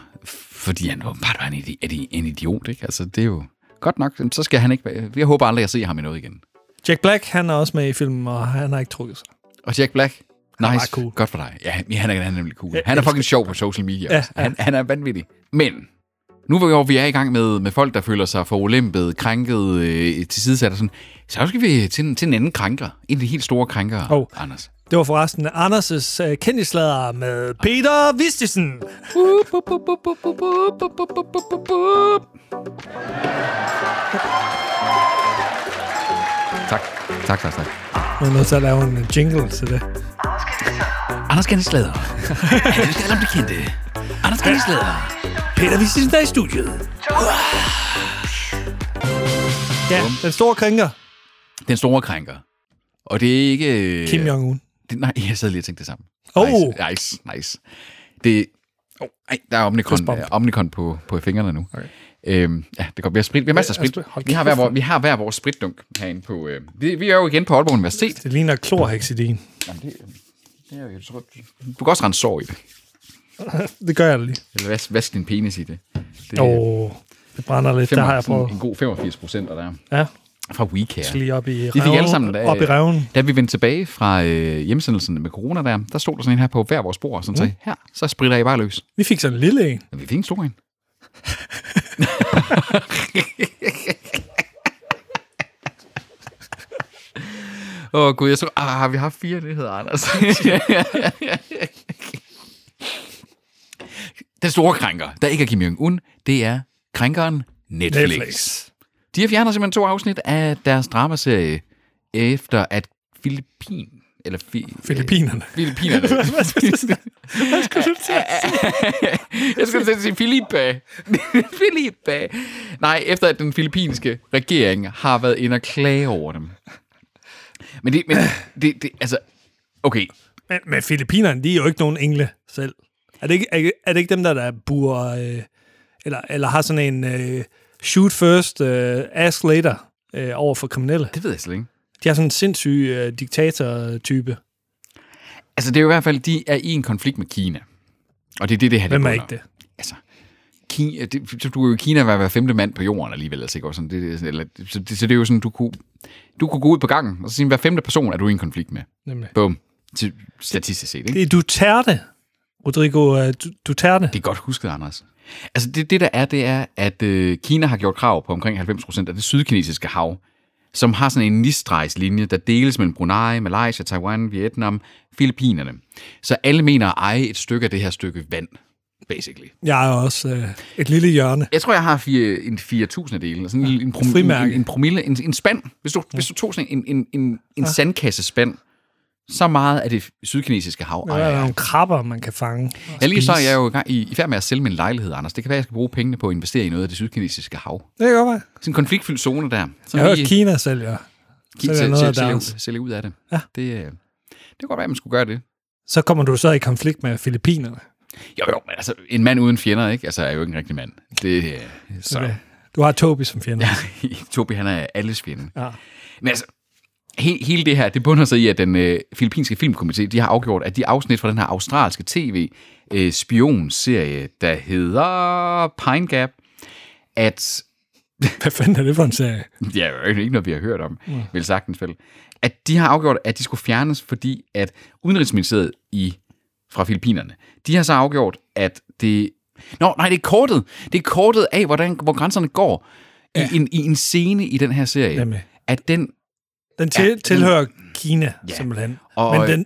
C: fordi han åbenbart var en, idi- er de- en idiot, ikke? Altså, det er jo... Godt nok, Jamen, så skal han ikke... være- Jeg håber aldrig, at jeg ser ham i noget igen.
B: Jack Black, han er også med i filmen, og han har ikke trukket sig.
C: Og Jack Black,
B: er
C: nice,
B: meget cool.
C: godt for dig. Ja, han- ja, han, er, han er nemlig cool.
B: Jeg
C: han er
B: elsker
C: fucking sjov på social media.
B: Ja,
C: Ja,
B: ja.
C: Han, han er vanvittig. Men nu hvor vi er i gang med, med folk, der føler sig forulempet, krænket, øh, tilsidesat og sådan, så skal vi til, en- til en anden krænker. En af de helt store krænkere,
B: Hov.
C: oh. Anders.
B: Det var forresten Anders' uh, kendtislader med Peter Vistisen.
C: Tak. Tak, tak, tak.
B: Nu er nødt til at lave en jingle til det.
C: Anders Genslader. Han skal om det kendte. Anders Genslader.
B: Peter Vistisen er i studiet. Ja, den store krænker,
C: Den store krænker. Og det er ikke... øh,
B: Kim Jong-un.
C: Det, nej, jeg sad lige og tænkte det samme.
B: Oh.
C: Nice, nice, nice. Det, oh, ej, der er Omnicon,
B: Respons.
C: uh, Omnicon på, på fingrene nu. Okay. Øhm, ja, det går. Vi har, sprit, vi har masser af
B: Ja,
C: sprit.
B: hold
C: Vi har, hver
B: kæft,
C: vores, vi har hver vores spritdunk herinde på... Øh, vi, vi er jo igen på Aalborg Universitet.
B: Det ligner klorhexidin.
C: Jamen, det, det er jo, jeg tror, du kan også rense sår i det.
B: [laughs] Det gør jeg da lige.
C: Eller vask, vask din penis i det. Det
B: Åh, oh, det brænder lidt. Der har jeg prøvet.
C: sådan en god 85 procent, der er
B: Ja,
C: fra WeCare.
B: lige op i
C: Vi fik alle sammen, øh, da,
B: op i reven.
C: da vi vendte tilbage fra øh, hjemsendelsen med corona der, der stod der sådan en her på hver vores bord, og
B: Mm.
C: sådan sagde, her, så spritter I bare løs.
B: Vi fik sådan en lille en.
C: Men vi fik en stor en. [laughs] Åh oh, gud, jeg tror, ah, har vi haft fire, det hedder Anders. [laughs] Den store krænker, der ikke er Kim Jong-un, det er krænkeren Netflix. Netflix. De har fjernet simpelthen to afsnit af deres dramaserie, efter at Filippin, eller fi,
B: Filippinerne.
C: Filippinerne. [laughs] Hvad skulle du sige? [laughs] Jeg skulle til at sige
B: [laughs]
C: Filippa. Filippa. Nej, efter at den filippinske regering har været inde og klage over dem. Men det, men det, det altså, okay,
B: Men, men Filippinerne, de er jo ikke nogen engle selv. Er det ikke, er, er det ikke dem, der, der buer, øh, eller, eller har sådan en øh, shoot first, øh, ask later øh, over for kriminelle?
C: det ved jeg slet ikke.
B: De har sådan en sindssyg øh, diktator-type.
C: Altså, det er jo i hvert fald, de er i en konflikt med Kina. Og det er det, det her
B: Hvem er
C: bunder.
B: ikke det?
C: altså, Kina, det, så du er jo i Kina hver, hver femte mand på jorden alligevel, altså, ikke? Og Sådan, det, det, er sådan- eller, så, det, så det er jo sådan, du kunne, du kunne gå ud på gangen, og så sige, hver femte person er du i en konflikt med.
B: Nemlig.
C: Bum. Til, statistisk set, ikke?
B: Det er Duterte, Rodrigo øh, Du- Duterte.
C: Det er godt husket, Anders. Altså det, det der er, det er, at øh, Kina har gjort krav på omkring 90 procent af det sydkinesiske hav, som har sådan en nisdrejslinje, der deles mellem Brunei, Malaysia, Taiwan, Vietnam, Filippinerne. Så alle mener at eje et stykke af det her stykke vand, basically.
B: Jeg er også øh, et lille hjørne.
C: Jeg tror, jeg har fire, en 4.000 af delen. Sådan en, en, prom- en,
B: Frimærke.
C: en, en promille, en, en spand. Hvis du, hvis du tog sådan en, en, en, en sandkassespand, så meget af det sydkinesiske hav.
B: Der er nogle krabber, man kan fange.
C: Ja, lige så er jeg jo i, gang, i, i færd med at sælge min lejlighed, Anders. Det kan være, jeg skal bruge pengene på at investere i noget af det sydkinesiske hav.
B: Det kan godt være.
C: Sådan en konfliktfyldt zone der. Så
B: Jeg har hørt, Kina sælger.
C: Kina
B: sælger
C: sælge,
B: noget af
C: sælge, sælge,
B: deres.
C: sælge ud af det.
B: Ja.
C: Det, øh, det kunne godt være, at man skulle gøre det.
B: Så kommer du så i konflikt med Filippinerne.
C: Jo, jo, men altså, en mand uden fjender, ikke? Altså, er jo ikke en rigtig mand. Det, øh, så.
B: Okay. Du har Tobi som fjende. Ja.
C: [laughs] Tobi, han er alles fjende.
B: Ja.
C: Men altså, he, hele det her, det bunder sig i, at den øh, filippinske filmkomité, de har afgjort, at de afsnit fra den her australske tv-spionserie, der hedder Pine Gap, at,
B: Hvad fanden er det for en serie?
C: det er jo ikke noget, vi har hørt om, vel sagtens vel, at de har afgjort, at de skulle fjernes, fordi at Udenrigsministeriet i, fra Filippinerne, de har så afgjort, at det... Nå, nej, det er kortet. Det er kortet af, hvordan, hvor grænserne går ja. i, en, i en scene i den her serie.
B: Nemlig.
C: At den
B: Den til,
C: Ja,
B: ja,
C: den-
B: tilhører Kina,
C: Ja.
B: ja. simpelthen.
C: Og-
B: Og, Men den,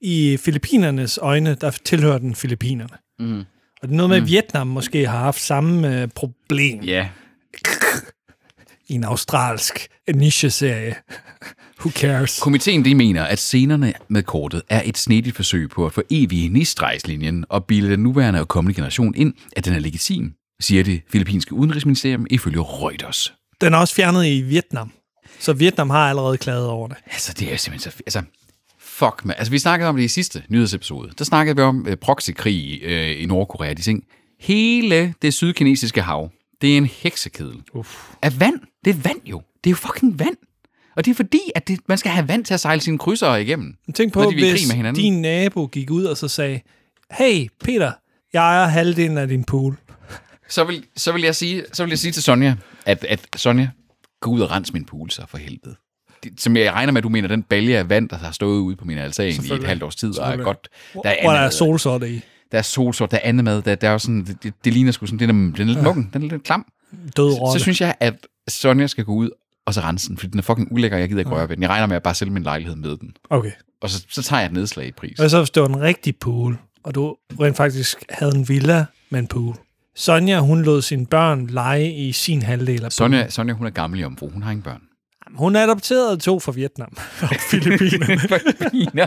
B: i Filippinernes øjne, der tilhører den Filippinerne. Mm. Og det er noget med, at Vietnam måske har haft samme øh, problem
C: Ja,
B: i en australsk øh, niche-serie. [laughs] Who cares?
C: komiteen de mener, at scenerne med kortet er et snedigt forsøg på at få evige nistregslinjen og bilde den nuværende og kommende generation ind, at den er legitim, siger det filippinske udenrigsministerium ifølge Reuters.
B: Den er også fjernet i Vietnam. Så Vietnam har allerede klaget over det.
C: Altså, det er jo simpelthen så... Altså, fuck, man. Altså, vi snakkede om det i sidste nyhedsepisode. Der snakkede vi om øh, proxykrig øh, i Nordkorea, de ting. Hele det sydkinesiske hav, det er en heksekedel. Uff. Af vand. Det er vand jo. Det er jo fucking vand. Og det er fordi, at det, man skal have vand til at sejle sine krydsere igennem.
B: Men Tænk på,
C: Fordi vi er i krig
B: hvis
C: med hinanden.
B: din nabo gik ud og så sagde, hey Peter, jeg ejer halvdelen af din pool.
C: så vil, så vil jeg sige, så vil jeg sige til Sonja, at, at Sonja, gå ud og rense min pool så for helvede. Det, som jeg regner med, at du mener, den balje af vand, der har stået ude på min altan i et
B: Selvfølgelig.
C: halvt års tid, og er
B: Selvfølgelig.
C: godt, der er
B: Hvor der er
C: andet,
B: solsorte i.
C: der er solsort, der er andet mad, der, der er jo sådan, det, det, det ligner sgu sådan, den er, den er lidt mukken, den er lidt klam.
B: Død
C: Så
B: rotte.
C: synes jeg, at Sonja skal gå ud og så rense den, fordi den er fucking ulækker, og jeg gider ikke røre ved den. Jeg regner med at bare sælge min lejlighed med den.
B: Okay.
C: Og så, så tager jeg et nedslag i pris.
B: Hvad så, hvis det var en rigtig pool, og du rent faktisk havde en villa med en pool? Sonja, hun lod sine børn lege i sin halvdel af
C: Sonja, Sonja, hun er gammel i ombrug. Hun har ingen børn.
B: poolen. Hun adopterede to fra Vietnam [laughs] og
C: [laughs]
B: Filippinerne.
C: Filippiner.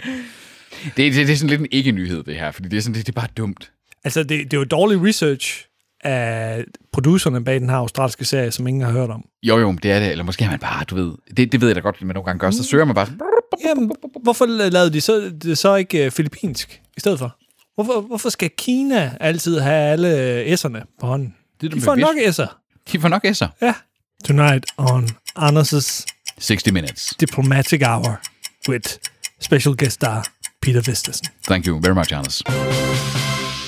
C: det, det, det er sådan lidt en ikke-nyhed, det her, fordi det er, sådan, det, det er bare dumt.
B: altså, det, det er jo dårlig research af producerne bag den her australske serie, som ingen har hørt om.
C: Jo, jo, men det er det. Eller måske er man bare, du ved... Det, det ved jeg da godt, at man nogle gange gør. Så søger man bare sådan...
B: Jamen, hvorfor lavede de så, det så ikke øh, filippinsk i stedet for? Hvorfor, hvorfor skal Kina altid have alle øh, s'erne på hånden?
C: Det er da
B: de får nok
C: bevidst.
B: s'er.
C: De får nok S'er.
B: Ja. Tonight on Anders'
C: 60 minutes.
B: Diplomatic Hour with special guest star Peter Vestesen.
C: Thank you very much, Anders.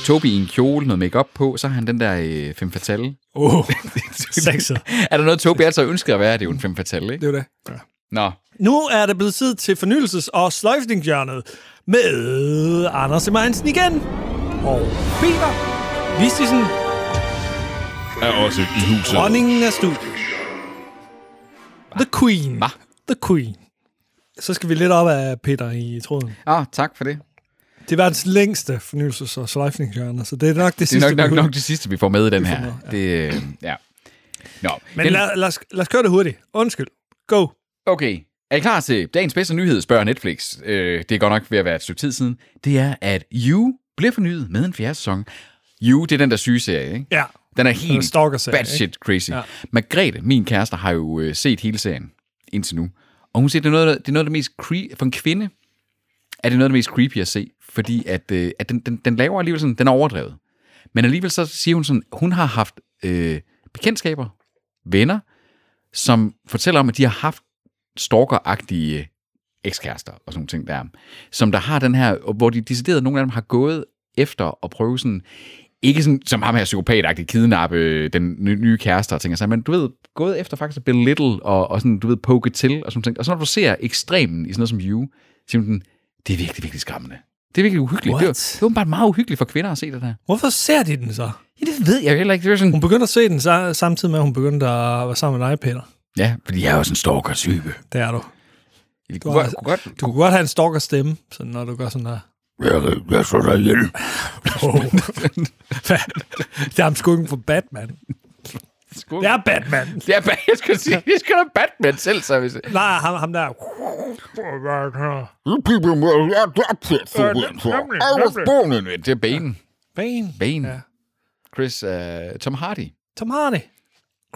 C: Toby i en kjole, noget makeup på, så har han den der øh, fem fatale.
B: [laughs] Oh, sexet.
C: [laughs] er der noget, Toby altså ønsker at være? Det er jo en fem fatale, ikke?
B: var det. Ja.
C: Nå,
B: Nu er det blevet tid til fornyelses- og sløjfningshjørnet med Anders Emanuelsen igen. Og Peter Vistisen,
C: er også i huset.
B: dronningen af studiet. The Queen.
C: Hva?
B: The Queen. Så skal vi lidt op af Peter i tråden.
C: Ah, tak for det.
B: Det er verdens længste fornyelses- og sløjfningshjørne, så det er nok det,
C: Det
B: sidste.
C: er nok, nok,
B: vi-
C: nok det sidste, vi får med i den her. Det, øh, ja. Nå,
B: Men
C: den-
B: lad, lad, os, lad os køre det hurtigt. Undskyld. Go.
C: Okay, er I klar til dagens bedste nyhed, spørger Netflix. Øh, det er godt nok ved at være et stykke tid siden. Det er, at You bliver fornyet med en fjerde sæson. You, det er den der syge serie, ikke? Den
B: Ja.
C: er
B: Den er
C: helt
B: stalker-serie,
C: bad
B: ikke?
C: shit crazy. Ja.
B: Ja.
C: Margrethe, min kæreste, har jo øh, set hele serien indtil nu. Og hun siger, det er noget, der- det er noget af det mest cre- for en kvinde er det noget af det mest creepy at se, fordi at, øh, at den, den, den laver alligevel sådan, den er overdrevet. Men alligevel så siger hun sådan, hun har haft øh, bekendtskaber, venner, som fortæller om, at de har haft stalkeragtige ekskærester og sådan nogle ting der, som der har den her, hvor de decideret, nogle af dem har gået efter at prøve sådan, ikke sådan, som ham her psykopatagtigt kidnappe øh, den ny- nye kæreste og ting, og så, men du ved, gået efter faktisk at belittle og, og sådan, du ved, poke til og sådan ting. Og så når du ser ekstremen i sådan noget som You, siger hun, sådan, det er virkelig, virkelig skræmmende. Det er virkelig uhyggeligt. Det er,
B: What?
C: det er åbenbart meget uhyggeligt for kvinder at se det der.
B: Hvorfor ser de den så?
C: Ja, det ved jeg jo heller ikke. Det er sådan,
B: Hun begyndte at se den sa- samtidig med, at hun begyndte at være sammen med dig, Peter.
C: Ja, fordi jeg er jo sådan en stalker-type.
B: Det er du.
C: Jeg
B: Du
C: kunne,
B: har-
C: godt- kunne godt,
B: Du kunne godt have en stalker stemme, sådan, når du gør sådan der.
C: Jeg, jeg slår dig ihjel.
B: [laughs] Wow. Hvad? det er ham skurken fra Batman.
C: skurken.
B: Det er Batman.
C: Det er, Bat- [laughs] jeg skulle sige, det skal da Batman selv, så hvis...
B: Nej, ham, ham der.
C: You people were not adopted for
B: Øh,
C: it, for I
B: nemlig,
C: was
B: nemlig.
C: born in it. Det er Bane.
B: Bane.
C: Bane.
B: Ja.
C: Chris, uh, Tom Hardy.
B: Tom Hardy.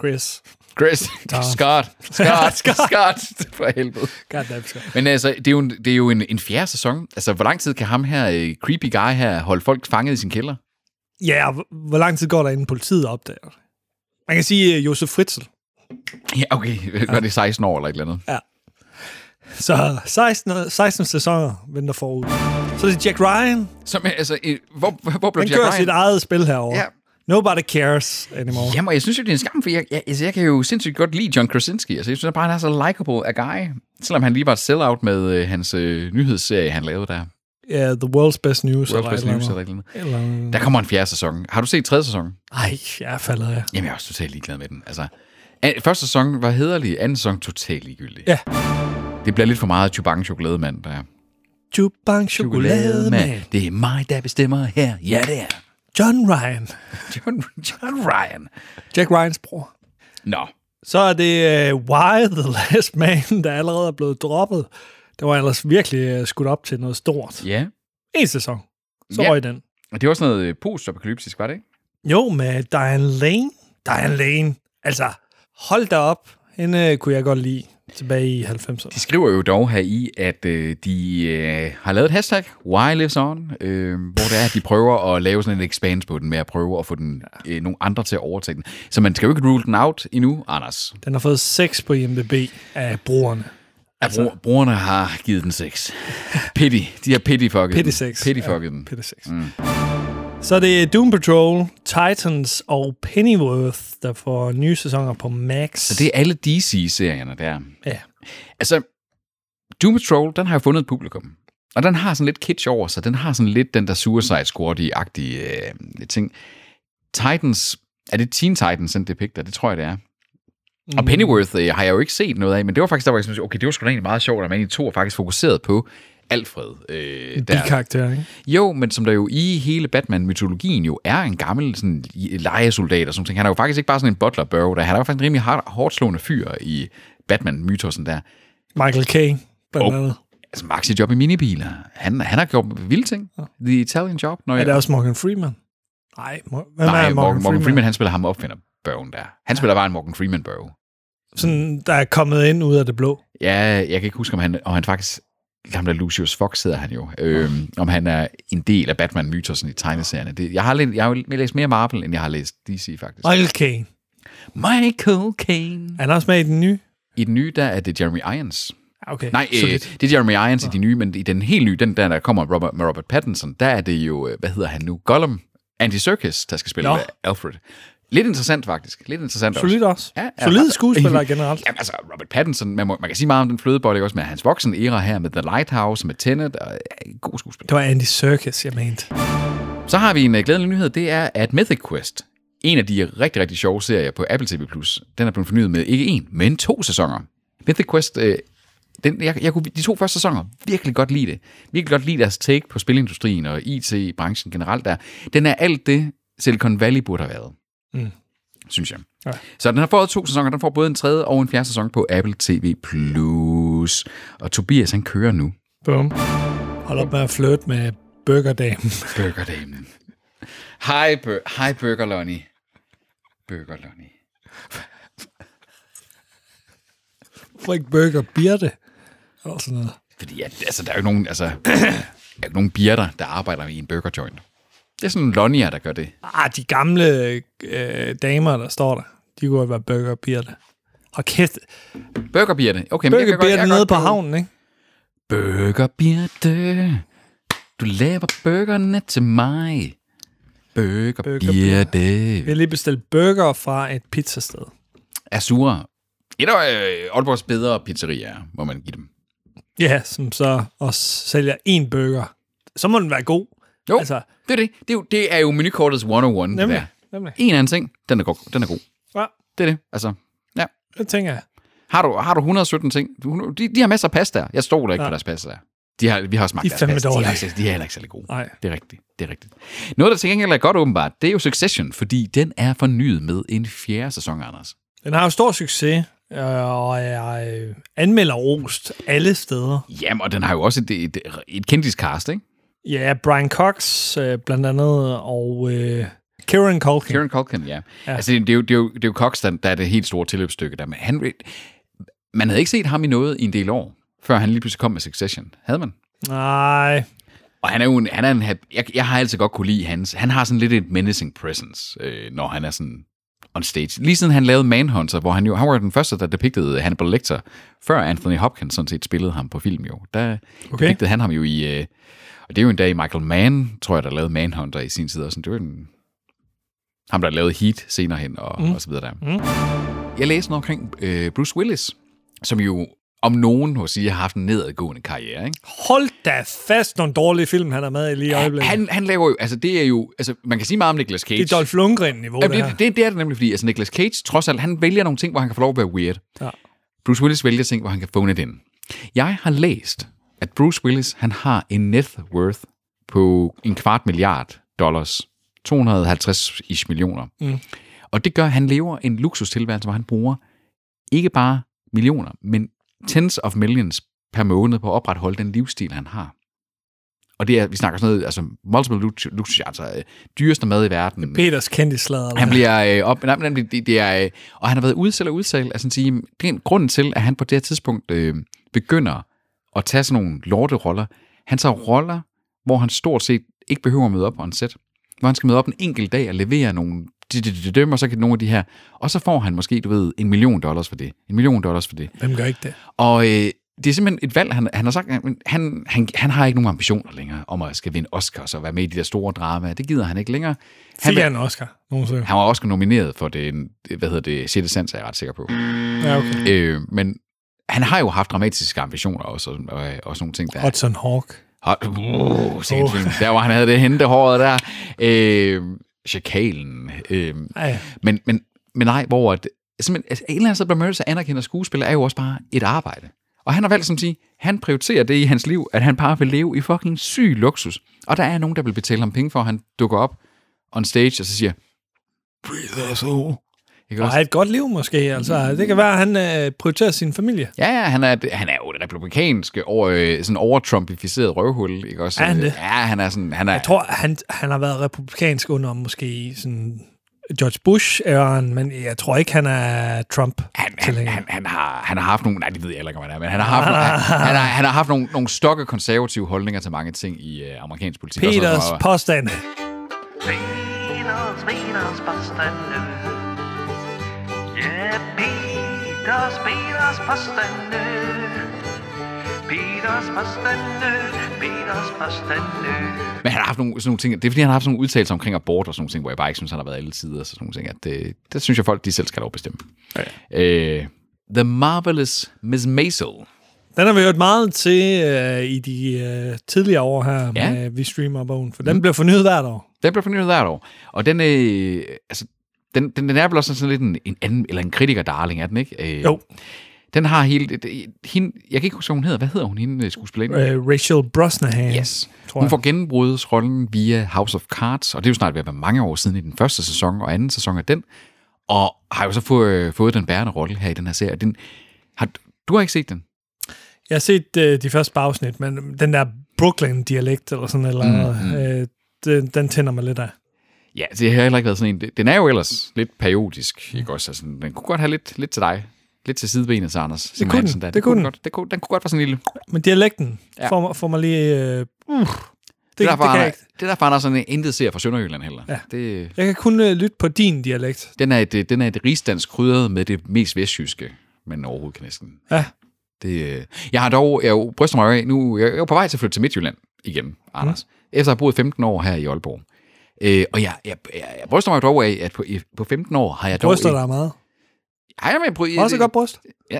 B: Chris.
C: Chris, [laughs] Scott, Scott,
B: [laughs] Scott.
C: Scott, [laughs] for helvede.
B: Goddamn, skal.
C: Men altså, det er jo en, det er jo en, en fjerde sæson. Altså, hvor lang tid kan ham her, øh, creepy guy her, holde folk fanget i sin kælder?
B: Ja, og hvor- hvor lang tid går der, inden politiet opdager det? Man kan sige uh, Josef Fritzl.
C: [laughs] Ja, okay. Når det er 16 år eller et eller andet.
B: Så 16, og- 16 sæsoner venter forud. Så er det Jack Ryan.
C: Som, altså, øh, hvor, hvor blev
B: Han
C: Jack
B: kører
C: Ryan?
B: sit eget spil herovre.
C: Ja.
B: Nobody cares anymore.
C: Jamen, jeg synes jo, det er en skam, for jeg, jeg, altså, jeg kan jo sindssygt godt lide John Krasinski. Altså, jeg synes bare, han er så likable af guy. Selvom han lige var et sellout med øh, hans øh, nyhedsserie, han lavede der.
B: Yeah, the world's best news.
C: World's Best
B: eller et
C: News eller
B: eller
C: et eller andet.
B: andet.
C: Der kommer en fjerde sæson. Har du set tredje sæson?
B: Ej, jeg er faldet af.
C: Jamen, jeg er også totalt ligeglad med den. Altså, an- første sæson var hederlig, anden sæson totalt ligegyldig.
B: Ja.
C: Det bliver lidt for meget Chubang chokolademand, der er.
B: Chubank chokolade med
C: Det er mig, der bestemmer her. Ja, det er.
B: John Ryan.
C: John, John Ryan.
B: Jack Ryans bror.
C: Nå.
B: Så er det uh, Why the Last Man, der allerede er blevet droppet. Det var ellers virkelig uh, skudt op til noget stort.
C: Ja.
B: En sæson. Så
C: Ja.
B: røg den.
C: Og det var sådan noget øh, post-apokalyptisk, var det ikke?
B: Jo, med Diane Lane. Diane Lane. Altså, hold da op. Hende øh, kunne jeg godt lide tilbage i 90'erne.
C: De skriver jo dog her i, at øh, de øh, har lavet et hashtag, Why Lives On, øh, hvor det er, at de prøver at lave sådan en expans på den, med at prøve at få den, øh, nogle andre til at overtage den. Så man skal jo ikke rule den out endnu, Anders.
B: Den har fået 6 på IMDb af brugerne.
C: Altså, Bru- brugerne har givet den
B: [laughs]
C: 6. Pity. De har pity fucket
B: Pity
C: den.
B: seks.
C: Pity fucket den.
B: Peter 6. Mm. Så er det Doom Patrol, Titans og Pennyworth, der får nye sæsoner på Max.
C: Så det er alle DC-serierne der.
B: Ja.
C: Altså, Doom Patrol, den har jo fundet et publikum. Og den har sådan lidt kitsch over sig. Den har sådan lidt den der Suicide Squad-agtige øh, ting. Titans, er det Teen Titans, den depikter? Det tror jeg, det er.
B: Mm.
C: Og Pennyworth øh, har jeg jo ikke set noget af, men det var faktisk der, hvor jeg synes, okay, det var sgu da egentlig meget sjovt, at man i to faktisk fokuseret på Alfred. Øh, der.
B: karakter, ikke?
C: Jo, men som der jo i hele Batman-mytologien jo er en gammel sådan, legesoldat og sådan ting. Han er jo faktisk ikke bare sådan en butler børge, der. han er jo faktisk en rimelig hard, hårdt slående fyr i Batman-mytosen der.
B: Michael Caine, blandt
C: Og-
B: andet.
C: Altså maxi-job i minibiler. Han, han har gjort vilde ting. The Italian Job. Når
B: Er
C: jeg,
B: det også Morgan Freeman? Nej, Mo-
C: nej,
B: hvem er Morgan,
C: Morgan, Morgan Freeman, han spiller ham opfinder børgen der. Han spiller bare en Morgan Freeman børge.
B: Sådan, der er kommet ind ud af det blå.
C: Ja, jeg kan ikke huske, om han, og han faktisk... Ham der Lucius Fox hedder han jo. Øhm, om han er en del af Batman-mytosen i tegneserierne. Det, jeg, har lidt, jeg har jo læst mere Marvel, end jeg har læst DC faktisk.
B: Michael Caine.
C: Michael Caine.
B: Er han også med i den nye?
C: I den nye, der er det Jeremy Irons.
B: Ah, Okay.
C: Nej, øh,
B: Solidt.
C: det er Jeremy Irons i de nye, men i den helt nye, den der, der kommer Robert, med Robert Pattinson, der er det jo, øh, hvad hedder han nu, Gollum, Andy Serkis, der skal spille
B: Nå.
C: Nå. Alfred. Lidt interessant faktisk, lidt interessant
B: Solid
C: også.
B: også.
C: Ja, ja.
B: Solid skuespiller generelt.
C: Jamen altså, Robert Pattinson, man, må, man kan sige meget om den flødebolle, ikke også med hans voksen æra her, med The Lighthouse, med Tenet, og ja, god skuespiller.
B: Det var Andy Serkis, jeg mente.
C: Så har vi en øh, glædelig nyhed, det er, at Mythic Quest, en af de rigtig, rigtig sjove serier på Apple TV+, den er blevet fornyet med ikke en, men to sæsoner. Mythic Quest, øh, den, jeg, jeg kunne de to første sæsoner virkelig godt lide det. Virkelig godt lide deres take på spilindustrien og IT-branchen generelt der. Den er alt det, Silicon Valley burde have været. Mm. Synes jeg.
B: Ja.
C: Ja. Så den har fået to sæsoner. Den får både en tredje og en fjerde sæson på Apple TV+. Og Tobias, han kører nu.
B: Bum. Hold op med at flirte med [laughs] burgerdamen.
C: Burgerdamen. Hej, bur- hej Burger Lonnie. Burger Lonnie.
B: Hvorfor ikke burger birte? Eller sådan noget.
C: Fordi at, altså, der er jo nogen, altså, [clears throat] der er jo nogen birter, der arbejder i en burger joint. Det er sådan Lonnie, der gør det.
B: Ah, de gamle øh, damer, der står der, de kunne godt være burger birte. Og kæft,
C: Burger birte. Okay, men jeg kan
B: burger
C: godt- jeg
B: birte
C: kan
B: nede
C: godt
B: på
C: købe-
B: havnen, ikke?
C: Burger birte. Du laver burgerne til mig. Burger,
B: Burger
C: burger birte.
B: Vi har lige bestilt burger fra et pizzasted.
C: Azura. Et af øh, Aalborgs bedre pizzerier, må man give dem.
B: Ja, som så også sælger én burger. Så må den være god.
C: Jo,
B: Altså-
C: altså, det er det. Det er jo, det er jo menukortets 101. det
B: Nemlig.
C: der.
B: Nemlig.
C: En anden ting, den er god. Den er god.
B: Ja,
C: Det er det. Altså, ja.
B: det tænker jeg.
C: Har du, har du 117 ting? du- De, de har masser af pasta. Jeg stoler ikke ja. på deres pasta. De har, vi har også smagt
B: De er
C: deres
B: fandme
C: pasta. De er,
B: dårlige.
C: ikke særlig- de er heller ikke særlig gode.
B: Nej.
C: Det er rigtigt. Det er rigtigt. Noget, der til gengæld er godt åbenbart, det er jo Succession, fordi den er fornyet med en fjerde sæson, Anders.
B: Den har jo stor succes, øh, og jeg øh, anmelder rost alle steder.
C: Jamen, og den har jo også et, et, et kendtiskast, ikke?
B: Ja, Brian Cox øh, blandt andet, og øh, Kieran Culkin.
C: Kieran Culkin, ja. ja. Altså, det, er jo- det, er jo, det er jo Cox, der, der er det helt store tilløbsstykke der. Men han, man havde ikke set ham i noget i en del år, før han lige pludselig kom med Succession. Havde man?
B: Nej,
C: Og han er jo en, han er en, jeg, jeg har altid godt kunne lide hans, han har sådan lidt et menacing presence, øh, når han er sådan on stage. Lige siden han lavede Manhunter, hvor han jo, han var jo den første, der depictede Hannibal Lecter, før Anthony Hopkins sådan set spillede ham på film jo. Der okay.
B: Okay.
C: depictede han ham jo i, øh, og det er jo en dag Michael Mann, tror jeg, der lavede Manhunter i sin tid også. Det var en, ham, der lavede Heat senere hen, og, mm. og så videre der. Mm. Jeg læste noget omkring øh, Bruce Willis, som jo om nogen, må sige, har haft en nedadgående karriere, ikke?
B: hold da fast nogle dårlige film, han er med i lige i øjeblikket. Han,
C: Han, han laver jo, altså det er jo, altså man kan sige meget om Nicolas Cage.
B: det er Dolph Lundgren-niveau, det,
C: Jamen,
B: her.
C: det, det, det er det nemlig, fordi altså Nicolas Cage, trods alt, han vælger nogle ting, hvor han kan få lov at være weird.
B: Ja.
C: Bruce Willis vælger ting, hvor han kan phone it in. Jeg har læst, at Bruce Willis, han har en net worth på en kvart milliard dollars. 250-ish millioner. Mm. Og det gør, at han lever en luksustilværelse, hvor han bruger ikke bare millioner, men tens of millions per måned på at opretholde den livsstil, han har. Og det er, vi snakker sådan noget, altså multiple lux- luksus, altså øh, dyreste mad i verden.
B: Peters kendtislader.
C: Han bliver øh, op, nej, men det, det er, øh, og han har været udsat og udsat, altså sådan sige, det er en grund til, at han på det her tidspunkt øh, begynder at tage sådan nogle lorteroller. Han tager roller, hvor han stort set ikke behøver at møde op på en set. Hvor han skal møde op en enkelt dag og levere nogle dømmer, så kan nogle af de her, og så får han måske, du ved, en million dollars for det. En million dollars for det.
B: Hvem gør ikke det?
C: Og øh, det er simpelthen et valg, han, han har sagt, han, han, han, han har ikke nogen ambitioner længere om at skal vinde Oscars og være med i de der store dramaer. Det gider han ikke længere. Han,
B: Fik
C: vil-
B: han en Oscar nogensinde?
C: han var også nomineret for det, hvad hedder det, 6. sans, er jeg ret sikker på.
B: Ja, okay.
C: Øh, men han har jo haft dramatiske ambitioner også, og, og, og sådan nogle ting der.
B: Hudson Hawk.
C: Hot. Uh, sikkert film. Der var han havde det hente håret der. Øh, Chakalen. Øh,
B: Ej.
C: men, men, men nej, hvor at, simpelthen, altså, en eller anden så bliver Murdoch anerkender skuespiller, er jo også bare et arbejde. Og han har valgt som sige, han prioriterer det i hans liv, at han bare vil leve i fucking syg luksus. Og der er nogen, der vil betale ham penge for, at han dukker op on stage og så siger, Breathe us all. Ikke
B: Og
C: også?
B: har et godt liv måske, altså. Det kan være, at han øh, prioriterer sin familie.
C: Ja, ja, han er, han er jo det republikanske, over, øh, sådan over-trumpificeret røvhul, ikke også?
B: Er han det?
C: Ja, han er sådan, han er,
B: Jeg tror, han, han har været republikansk under måske sådan George Bush-æren, men jeg tror ikke, han er Trump.
C: han,
B: til
C: han,
B: længere.
C: han, han, har, han har haft nogle, nej, det ved jeg heller ikke, om han er, men han har
B: [laughs]
C: haft, han, han har, han har haft nogle, nogle stokke konservative holdninger til mange ting i øh, amerikansk politik. Også noget,
B: Peters
C: som er-
B: påstand.
D: Peters, Peters påstande. Ja, Peters, Peters påstande. Peters påstande, Peters påstande.
C: men han har haft nogle, sådan nogle ting, det er fordi, han har haft sådan nogle udtalelser omkring abort og sådan nogle ting, hvor jeg bare ikke synes, han har været alle sider og sådan nogle ting, at det, det synes jeg, folk de selv skal have lov at bestemme. Ja. Øh, The Marvelous Miss Maisel.
B: Den har vi hørt meget til øh, i de øh, tidligere år her,
C: Ja. Mm.
B: ja. med Vi Streamer Bogen, for den bliver fornyet hvert år.
C: Den blev fornyet hvert år. Og den, øh, altså, den, den, den er vel også sådan lidt en, en anden, eller en kritiker darling, er den ikke? Øh,
B: Jo,
C: Den har hele, det- det- hende, jeg kan ikke huske, hvad hun hedder. Hvad hedder hun, hende øh, skuespillerinden?
B: øh, Rachel Brosnahan.
C: Yes.
B: tror
C: Hun
B: jeg.
C: får gennembrudsrollen via House of Cards, og det er jo snart ved at være mange år siden i den første sæson og anden sæson af den, og har jo så fået, øh, fået den bærende rolle her i den her serie. Den, har, du har ikke set den?
B: Jeg har set øh, de første par afsnit, men den der Brooklyn-dialekt eller sådan eller andet,
C: Mm,
B: øh, den, den tænder mig lidt af.
C: Ja, det har heller ikke været sådan en. Den er jo ellers lidt periodisk, ikke også? Altså, den kunne godt have lidt, lidt til dig. Lidt til sidebenet, så Anders. Det
B: kunne den.
C: Der.
B: Det
C: Den
B: kunne den.
C: Godt, det kunne, den kunne godt være sådan en lille...
B: Men dialekten
C: Ja.
B: ja. får, mig- får mig lige... Øh, uh,
C: Det,
B: det, det,
C: er
B: det
C: derfor,
B: kan
C: han
B: jeg
C: er-
B: ikke.
C: det er derfor, Anders sådan en intet ser fra Sønderjylland heller.
B: Ja.
C: Det,
B: Jeg kan kun øh, lytte på din dialekt.
C: den, er et, øh, den er et rigsdansk krydret med det mest vestjyske, men overhovedet kan næsten
B: Ja.
C: Det, øh, jeg har dog, jeg er jo, bryster mig jo af nu, jeg er jo på vej til at flytte til Midtjylland
B: Mhm.
C: igen, Anders. Mm. Efter at have boet 15 år her i Aalborg. Øh, og jeg, jeg, jeg, jeg bryster mig dog af, at på, i- på 15 år har jeg dog...
B: Bryster
C: ikke-
B: der er meget.
C: Ej, men jeg, bry-
B: Også godt bryst.
C: Ja.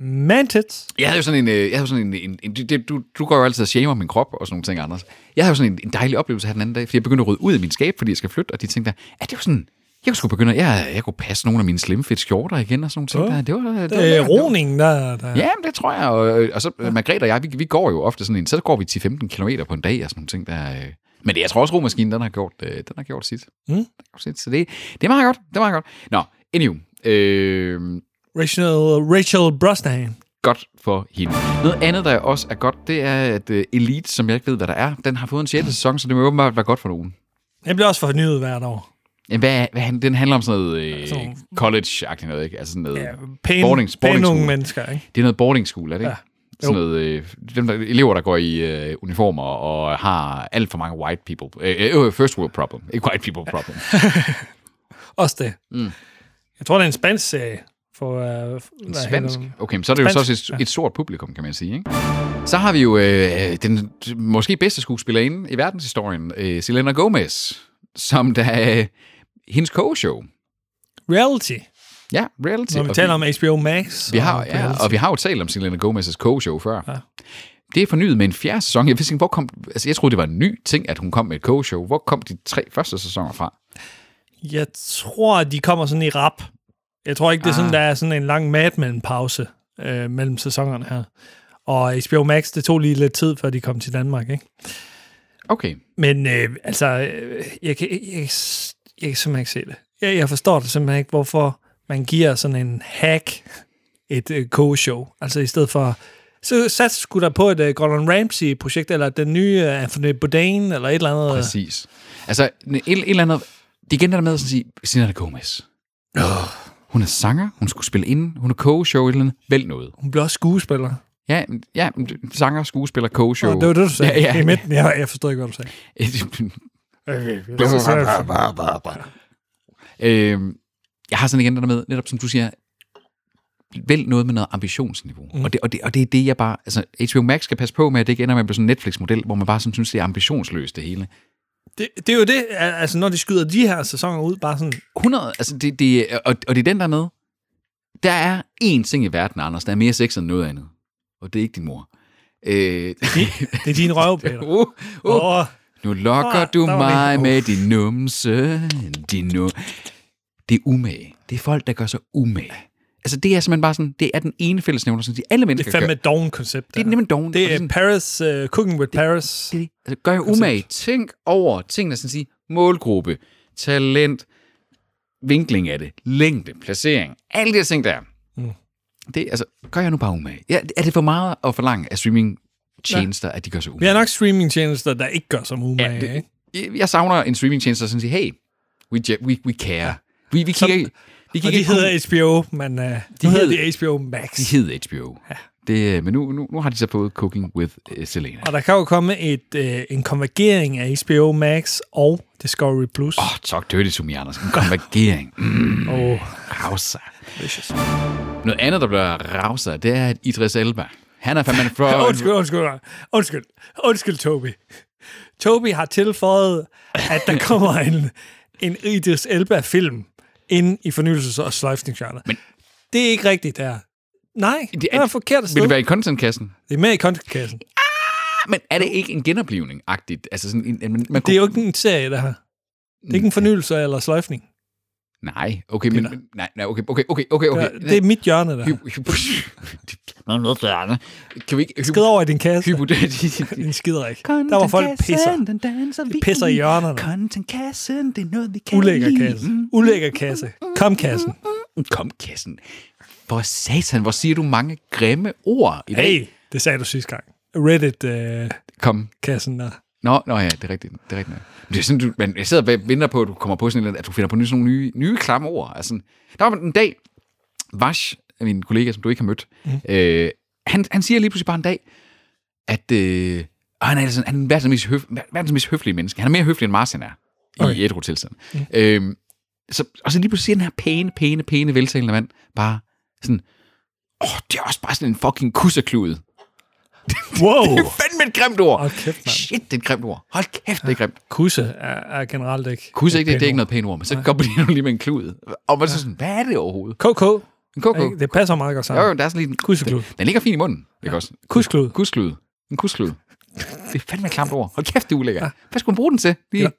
B: Mantit.
C: Jeg havde jo sådan en... øh, Jeg havde jo sådan en, en, en det, du, du går jo altid og shamer min krop og sådan nogle ting, Anders. Jeg havde jo sådan en, en dejlig oplevelse her den anden dag, fordi jeg begyndte at rydde ud af min skab, fordi jeg skal flytte, og de tænkte, at det var sådan... Jeg kunne sgu begynde, at- jeg, jeg kunne passe nogle af mine slimfedt skjorter igen og sådan nogle ting.
B: Ja.
C: Ja. Det var, det var,
B: Det er
C: lækkert.
B: roningen, Øh, der... der.
C: Ja, men det tror jeg. Og, og så ja. Margrethe og jeg, vi, vi går jo ofte sådan en, så går vi 10-15 km på en dag og sådan nogle ting. Der, øh. men det, jeg tror også, romaskinen, den har gjort, øh, den har gjort sit.
B: Mm.
C: Den har gjort sit. Så det, det er meget godt. Det er meget godt. Nå, anywho. Øh,
B: Rachel, Rachel Brosnahan.
C: godt for hende. Noget andet, der også er godt, det er, at øh, Elite, som jeg ikke ved, hvad der er, den har fået en 6. sæson, så det må åbenbart være godt for nogen.
B: Den bliver også fornyet hvert år.
C: Jamen, Hvad, hvad, han- den handler om sådan noget øh,
B: Sådan nogle-
C: college-agtigt noget, ikke? Altså sådan noget,
B: Pæne,
C: Boarding- boarding
B: pæne
C: school.
B: unge mennesker, ikke?
C: Det er noget boarding school, er det ikke?
B: Ja.
C: Ja. Sådan
B: Jo.
C: noget, øh, dem der, elever, der går i øh, uniformer og har alt for mange white people. Øh, øh, first world problem. Ikke white people problem.
B: Også det.
C: Mm.
B: Jeg tror, det er en spansk serie. For, uh, hvad
C: En
B: hedder
C: svensk.
B: den?
C: Okay, men så er det jo så
B: Spansk,
C: også et, et stort publikum, kan man sige. Ikke? Så har vi jo øh, den måske bedste skuespillerinde i verdenshistorien, øh, Selena Gomez, som der øh, hendes co-show.
B: Reality.
C: Ja, reality.
B: Når vi
C: Og
B: taler om HBO Max.
C: Vi har,
B: og
C: ja,
B: reality.
C: og vi har jo talt om Selena Gomez' co-show før.
B: Ja.
C: Ja. Det er fornyet med en fjerde sæson. Jeg vidste ikke, hvor kom... Altså, jeg troede, det var en ny ting, at hun kom med et co-show. Hvor kom de tre første sæsoner fra?
B: Jeg tror, de kommer sådan i rap. Jeg tror ikke, det er sådan,
C: Ah.
B: der er sådan en lang Mad Men-pause øh, mellem sæsonerne her. Og HBO Max, det tog lige lidt tid, før de kom til Danmark, ikke?
C: Okay.
B: Men øh, altså, øh, jeg kan, jeg, jeg, s- jeg kan simpelthen ikke se det. Jeg, jeg forstår det simpelthen ikke, hvorfor man giver sådan en hack et øh, co-show. Altså i stedet for... Så sats skulle der på et øh, Gordon Ramsay-projekt, eller den nye øh, Anthony Bourdain, eller et eller andet.
C: Præcis. Altså, et, et eller andet... Det er igen det der med at sådan sige, Selena Gomez. Hun er sanger, hun skulle spille ind, hun er co-show et eller andet. Vælg noget.
B: Hun blev også skuespiller.
C: Ja, men- ja men det- sanger, skuespiller, co-show.
B: Nå, det var det, du sagde
C: Ja, ja.
B: i midten. Jeg, jeg forstod ikke, hvad du sagde.
C: [laughs] øhm, jeg har sådan igen det der med, netop som du siger, vælg noget med noget ambitionsniveau. Mm. Og, det, og, det, og det er det, jeg bare... Altså, HBO Max skal passe på med, at det ikke ender med at blive sådan en Netflix-model, hvor man bare sådan synes, det er ambitionsløst det hele.
B: Det, det er jo det, al- altså når de skyder de her sæsoner ud, bare sådan,
C: 100, altså det, det, og, og det er den der med, der er én ting i verden, Anders, der er mere sex end noget andet. Og det er ikke din mor. Øh,
B: det er din røv, Peter.
C: [laughs] uh, uh,
B: Åh,
C: Nu lokker
B: Ah,
C: du
B: der var
C: mig
B: den.
C: med din numse. Din nu. Det er umage. Det er folk, der gør sig umage. Altså, det er simpelthen bare sådan, det er den ene fællesnævner, som de alle
B: det
C: mennesker
B: er
C: gør.
B: fandme et doven koncept.
C: Det er nemlig dogen.
B: Det
C: og
B: er
C: sådan,
B: Paris, uh, Cooking with Paris.
C: det, er det. altså, gør jeg umage. Tænk over tingene, sådan at sige, målgruppe, talent, vinkling af det, længde, placering, alle de her ting der.
B: Mm.
C: Det, er- altså, gør jeg nu bare umage. Ja, er det for meget at forlange af streaming tjenester, at de gør sig
B: Vi
C: umage?
B: har nok streamingtjenester, der ikke gør som umage. Ja,
C: Ja, det-
B: ikke?
C: jeg savner en streamingtjeneste, der sådan siger, hey, we, ja- we, we care. Vi, vi
B: Som-
C: kigger ikke... Vi
B: Og
C: kigger
B: de
C: ikke kun-
B: hedder HBO, men uh, de nu hedder de HBO Max.
C: de hed HBO. Ja. Det, øh, men nu, nu, nu har de så fået Cooking with uh, Selena.
B: Og der kan jo komme et, uh, en konvergering af HBO Max og Discovery Plus.
C: Åh, oh, talk dirty to me, Anders. En konvergering. Mm,
B: Oh.
C: rauser. Noget andet, der bliver rauser, det er, at Idris Elba, han er fandme [laughs] for...
B: Undskyld, undskyld, undskyld, undskyld, Toby. Toby har tilføjet, at [laughs] der kommer en, en Idris Elba-film ind i fornyelses- og sløjfningsgenre. Men det er ikke rigtigt, der. Nej, det er, det er forkert sted.
C: Vil det
B: Det,
C: være i contentkassen?
B: det er med i kontekassen.
C: Ah, men er det ikke en genoplivning-agtigt? Altså sådan en, en, man, man
B: Det er jo ikke en serie, der her. Det er ikke en fornyelse eller sløjfning.
C: Nej, okay, men... men- Nej, nej, okay, okay, okay, okay. okay.
B: Okay. Det er mit hjørne, der.
C: Hy- hy- Nå, noget for andet. Kan vi ikke...
B: Skid over i din kasse.
C: Hypotetisk.
B: Den skider ikke. Der var folk pisser.
E: Den danser vi
B: De pisser i hjørnerne.
E: Contentkassen, det er noget, vi kan
B: Ulækker
E: lide.
B: kasse. Ulækker kasse. Kom kassen.
C: Kom, kassen. For satan, hvor siger du mange grimme ord i dag.
B: Hey, det sagde du sidste gang. øh,
C: Kom.
B: Reddit-kassen der.
C: Nå, nå ja, det er rigtigt. Det er rigtigt. nok. Men det er sådan, du, man, jeg sidder og venter på, at du kommer på sådan et eller andet, at du finder på nye, sådan nogle nye, nye klamme ord. Altså, sådan- der var en dag, Vash, min kollega, som du ikke har mødt, mm. øh, han, han siger lige pludselig bare en dag, at øh, og han er, sådan, han er verdens, mest høf, verdens mest høflige menneske. Han er mere høflig, end Martin er okay.
B: Okay.
C: i et tilstand. Mm. Øh, så, og så lige pludselig siger den her pæne, pæne, pæne, veltalende mand bare sådan, åh, oh, det er også bare sådan en fucking kusseklude.
B: Wow!
C: Det er fandme et grimt ord.
B: Hold kæft, mand.
C: Shit, det er et grimt ord. Hold kæft, det er grimt.
B: Kusse er, er generelt ikke...
C: Kusse ikke, det, det er ikke
B: pænt
C: noget pænt ord, men så kommer de nu lige med en klud. Og man så sådan, hvad er det overhovedet?
B: ord. KK.
C: En koko?
B: ikke? Det passer meget godt
C: Jo,
B: sammen.
C: jo, der er sådan lige en...
B: Kusseklud.
C: Den, den ligger fint i munden, ikke også?
B: Kusklud.
C: Kusklud. En
B: [laughs]
C: kusklud. Det er fandme et klamt ord. Hold kæft, det er ulækkert. Hvad skulle man bruge den til? Lige...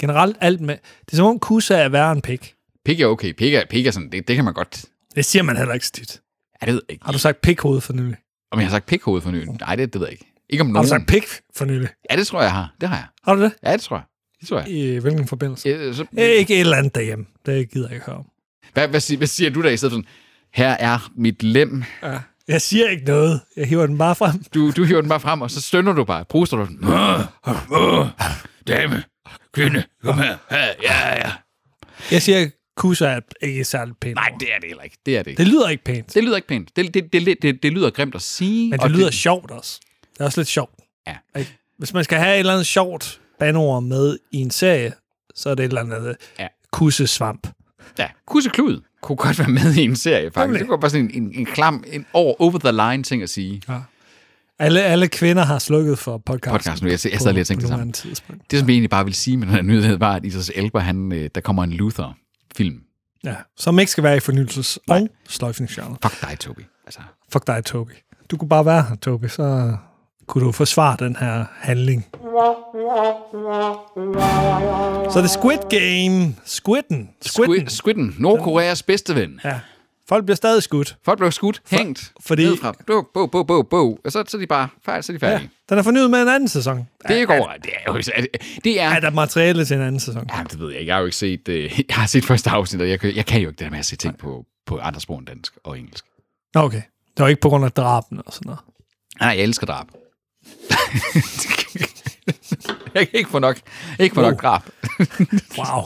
B: Generelt alt med... Det er som om kusse er værre end pik.
C: Pik er okay. Pik er, pik er sådan, det, det kan man godt...
B: Det siger man heller ikke så tit.
C: Ja, det ved jeg ikke.
B: Har du sagt pikhoved for nylig?
C: Om jeg har sagt pikhoved for nylig? Nej, det, det ved jeg ikke. Ikke om
B: Har
C: nogen.
B: du sagt pik for nylig?
C: Ja, det tror jeg, jeg har. Det har jeg.
B: Har du det?
C: Ja, det tror jeg. Det tror jeg.
B: I hvilken forbindelse?
C: Ja, så,
B: Ja. Ikke et eller andet derhjemme. Det gider jeg ikke høre om.
C: hvad, hvad, siger, hvad siger du der i stedet for sådan, her er mit lem.
B: Ja. Jeg siger ikke noget. Jeg hiver den bare frem.
C: Du, du hiver den bare frem, og så stønner du bare. Pruster du. Dame, kvinde, kom her. Ja, ja.
B: Jeg siger, at kusser er ikke særlig pænt.
C: Nej, det er det heller ikke. Det er det ikke.
B: det lyder ikke pænt.
C: Det lyder ikke pænt. Det, det, det, det, det lyder grimt at sige.
B: Men
C: og
B: det lyder sjovt også. Det er også lidt sjovt.
C: Ja.
B: Ikke? Hvis man skal have et eller andet sjovt banord med i en serie, så er det et eller andet
C: Ja.
B: ja. kussesvamp.
C: Ja, Kusse Klud kunne godt være med i en serie, faktisk.
B: Nemlig.
C: Det var bare sådan en, en, en klam, en over, over the line ting at sige.
B: Alle, alle kvinder har slukket for podcasten.
C: Podcasten, nu, jeg sad- jeg sad lige og tænkte det samme.
B: samme.
C: Det, som jeg egentlig bare ville sige med den her nyhed, var, at Isas Elba, han, øh, der kommer en Luther-film.
B: Ja, som ikke skal være i fornyelses- og sløjfningsgenre.
C: Fuck dig, Tobi. Altså,
B: Fuck dig, Tobi. Du kunne bare være her, Tobi, så kunne du forsvare den her handling. Så det er Squid Game. Squidden.
C: Squid,
B: Squidden.
C: Squidden, Nordkoreas bedste ven.
B: Ja. Folk bliver stadig skudt.
C: Folk blev skudt, hængt,
B: fordi-
C: nedefra. Bog, bog, bog, bog, bog. Og så, så er de bare færdige, så er de
B: Ja.
C: færdige.
B: Den er fornyet med en anden sæson.
C: Ja. Det er ikke over. Det er jo ikke... er det- Det er...
B: Er der materiale til en anden sæson?
C: Jamen, det ved jeg ikke. Jeg har jo ikke set... Øh, [laughs] jeg har set første afsnit, og jeg, kan- jeg kan jo ikke det der med at se ting på, på andre sprog end dansk og engelsk.
B: Nå, okay. Det var ikke på grund af drabene og sådan noget.
C: Nej, jeg elsker drab. [laughs] jeg kan ikke få nok, ikke få nok drab. [laughs]
B: Wow.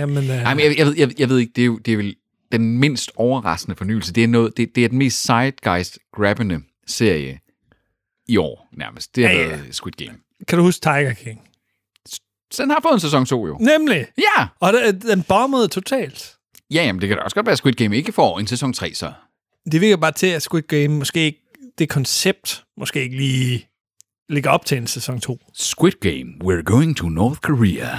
B: Jamen, øh,
C: Nej, men jeg, jeg, ved, jeg, jeg ved ikke, det er, jo, det er vel den mindst overraskende fornyelse. Det er, noget, det, det er den mest zeitgeist-grabbende serie i år, nærmest. Det har
B: Ja, ja.
C: været Squid Game.
B: kan du huske Tiger King?
C: Så den har fået en sæson 2 jo.
B: Nemlig.
C: Ja!
B: Og den, den bombede totalt.
C: Ja, jamen, det kan da også godt være, at Squid Game ikke får en sæson 3, så.
B: Det virker bare til, at Squid Game måske ikke, det koncept måske ikke lige ligger op til en sæson 2.
C: Squid Game, we're going to North Korea.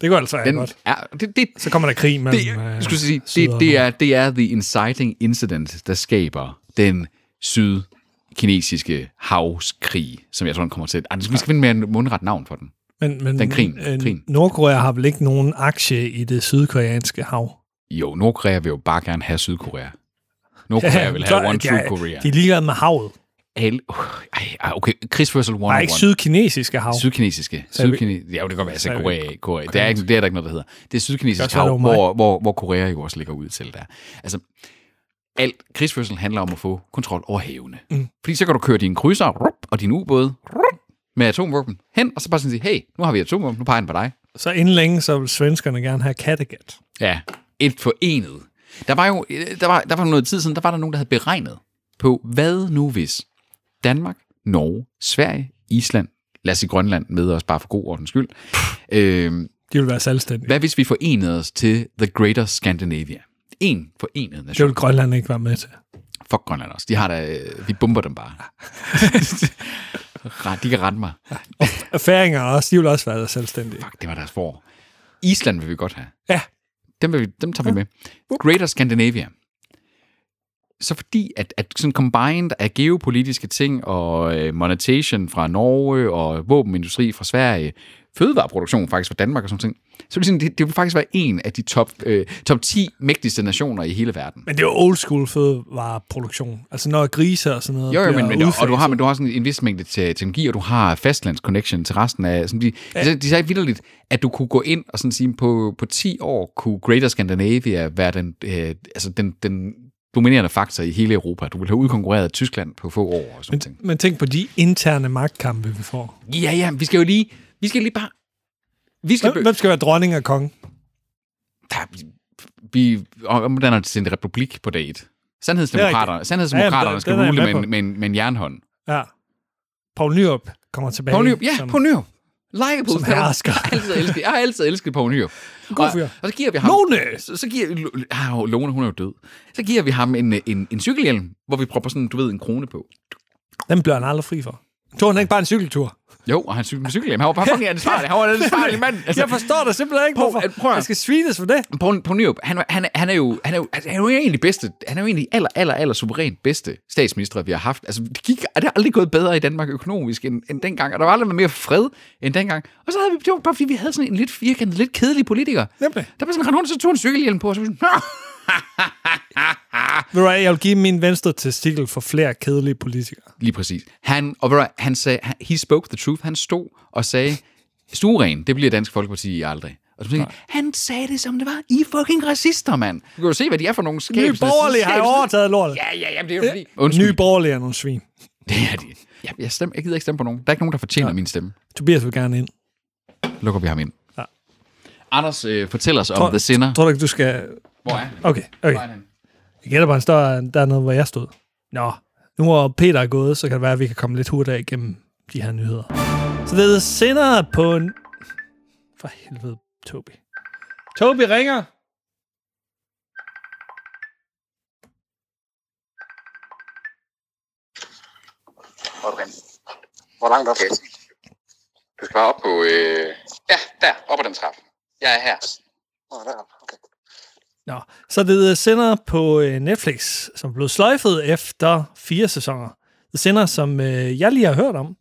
B: Det går altså den,
C: Den,
B: godt.
C: ja, det, det,
B: Så kommer der krig mellem...
C: Det, er-
B: øh,
C: skulle jeg
B: Syd-
C: sige, det,
B: og
C: det,
B: Nord.
C: er, det er the inciting incident, der skaber den sydkinesiske havskrig, som jeg tror, den kommer til. Ej, vi skal finde mere en mundret navn for den.
B: Men, men,
C: den krigen,
B: øh,
C: krigen.
B: Nordkorea har vel ikke nogen aktie i det sydkoreanske hav?
C: Jo, Nordkorea vil jo bare gerne have Sydkorea.
B: [laughs]
C: Nordkorea vil have
B: Så-
C: One
B: de
C: True
B: er-
C: Korea.
B: De er ligeglade med havet.
C: Alle- Uh, Ej, ej, okay, krigsførsel
B: Der er
C: 101.
B: ikke sydkinesiske hav.
C: Sydkinesiske.
B: Sagde vi-
C: Sydkinesiske. Ja, jo, det kan godt være, jeg sagde
B: Sagde vi-
C: Korea. Korea. Det, er ikke, det er der ikke noget, der hedder. Det er
B: Det
C: sydkinesisk
B: kan også være,
C: hav,
B: det var mig.
C: hvor, hvor, hvor Korea jo også ligger ud til der. Altså, alt krigsførsel handler om at få kontrol over havene. Mm. Fordi så kan du køre dine krydser rup, og din ubåde rup, med atomvåben hen, og så bare sådan sige, hey, nu har vi atomvåben, nu peger den på dig.
B: Så inden længe, så vil svenskerne gerne have Kattegat.
C: Ja, et forenet. Der var jo øh, der var, der var noget tid siden, der var der nogen, der havde beregnet på, hvad nu hvis Danmark, Norge, Sverige, Island, lad os sige Grønland med os bare for god ordens skyld, øh,
B: De vil være selvstændige.
C: Hvad hvis vi forenede os til The Greater Scandinavia? En forenet
B: Det
C: nation.
B: vil Grønland ikke være med til.
C: Fuck Grønland også. De har da, øh, vi bomber dem bare. [laughs] Ret- de kan rette mig.
B: Og færinger også, de vil også være selvstændige.
C: Øh, Fuck, det var deres forår. Island vil vi godt have.
B: Ja,
C: Dem, vil vi, dem tager vi med. Greater Scandinavia. Så fordi, at, at sådan combined af geopolitiske ting og øh, monetation fra Norge og våbenindustri fra Sverige, fødevareproduktion faktisk fra Danmark og sådan ting, så vil det, sådan, det, det vil faktisk være en af de top, øh, top 10 mægtigste nationer i hele verden.
B: men det er jo old school fødevareproduktion. Altså når grise og sådan noget
C: Jo, jo,
B: bliver
C: men, men og du har,
B: udfaset.
C: men du har sådan en vis mængde te- teknologi, og du har fastlandsconnection til resten af... Sådan de, ja. de, de sagde vidderligt, at du kunne gå ind og sådan sige, på, på 10 år kunne Greater Scandinavia være den, øh, altså den, den dominerende faktor i hele Europa. Du ville have udkonkurreret Tyskland på få år og sådan ting.
B: Men tænk på de interne magtkampe, vi får.
C: Ja, ja, vi skal jo lige... Vi skal lige bare... Vi skal...
B: Hvem, hvem skal være dronning og konge?
C: Der, vi omdanner det til en republik på dag 1. Sandhedsdemokraterne,
B: Ja,
C: sandhedsdemokraterne
B: ja, den-
C: skal
B: den er jeg
C: rule med,
B: med på.
C: en- med, en- med en jernhånd.
B: Ja. Poul Nyrup kommer tilbage.
C: Poul Nyrup, ja,
B: som-
C: Poul Nyrup. Likeable.
B: Som
C: Jeg har
B: hersker.
C: altid elsket, jeg har altid elsket Poul Nyrup. Og,
B: fyr.
C: og så giver vi ham...
B: Lone!
C: Så, så giver, Lo- ah, Lone, hun er jo død. Så giver vi ham en, øh, en, en cykelhjelm, hvor vi propper sådan, du ved, en krone på.
B: Den bliver han aldrig fri for. Tog han ikke bare en cykeltur?
C: Jo, og han cyklede med cykelhjelm. Han var bare [laughs] fucking ansvarlig. Han var en ansvarlig mand. Altså,
B: Jeg forstår dig simpelthen ikke,
C: Prøv-
B: hvorfor
C: prøv at-
B: jeg skal svines for det.
C: Poul, Poul Nyrup, han, er- han, er- han, er jo, han, er jo, altså, han er jo egentlig bedste, han er jo egentlig aller, aller, aller suverænt bedste statsminister, vi har haft. Altså, det, gik, det har aldrig gået bedre i Danmark økonomisk end, end dengang, og der var aldrig været mere fred end dengang. Og så havde vi, det var bare fordi vi havde sådan en lidt firkantet, lidt kedelig politiker.
B: Nemlig.
C: Der var sådan en rand rundt, så tog en cykelhjelm på, og så var vi sådan,
B: Ved du hvad, jeg vil give min venstre testikel for flere kedelige politikere.
C: Lige præcis. Han, og ved du hvad, han sagde, han- he spoke the truth. Han stod og sagde, stueren, det bliver Dansk Folkeparti aldrig. Og så tænkte, jeg, han sagde det, som det var. I er fucking racister, mand. Du kan jo se, hvad de er for nogle skæbs.
B: Nye borgerlige har jo overtaget lortet.
C: Ja, ja, ja, det er jo fordi...
B: Nye
C: Undskyld,
B: borgerlige er nogle svin.
C: det er de. Ja, jeg, stemmer, jeg gider ikke stemme på nogen. Der er ikke nogen, der fortjener min stemme.
B: Tobias vil gerne ind.
C: Lukker vi ham ind.
B: Ja.
C: Anders, øh, fortæl os om
B: Tror-
C: The Sinner.
B: Tror du ikke, du skal...
C: Hvor er han?
B: Okay,
C: Hvor er
B: okay.
C: han?
B: Jeg gætter bare, han står dernede, hvor jeg stod. Nå, nu hvor Peter er gået, så kan det være, at vi kan komme lidt hurtigere igennem de her nyheder. Så det er senere på... En... For helvede, Tobi. Tobi ringer!
F: Hvordan? Hvor langt op? Okay.
G: Du skal bare op på... Øh... Ja, der, op ad den trappe. Jeg er her.
F: Nå, derop. Okay.
B: Nå, så det er The Sinner på øh, Netflix, som blev sløjfet efter fire sæsoner. The Sinner, som øh, jeg lige har hørt om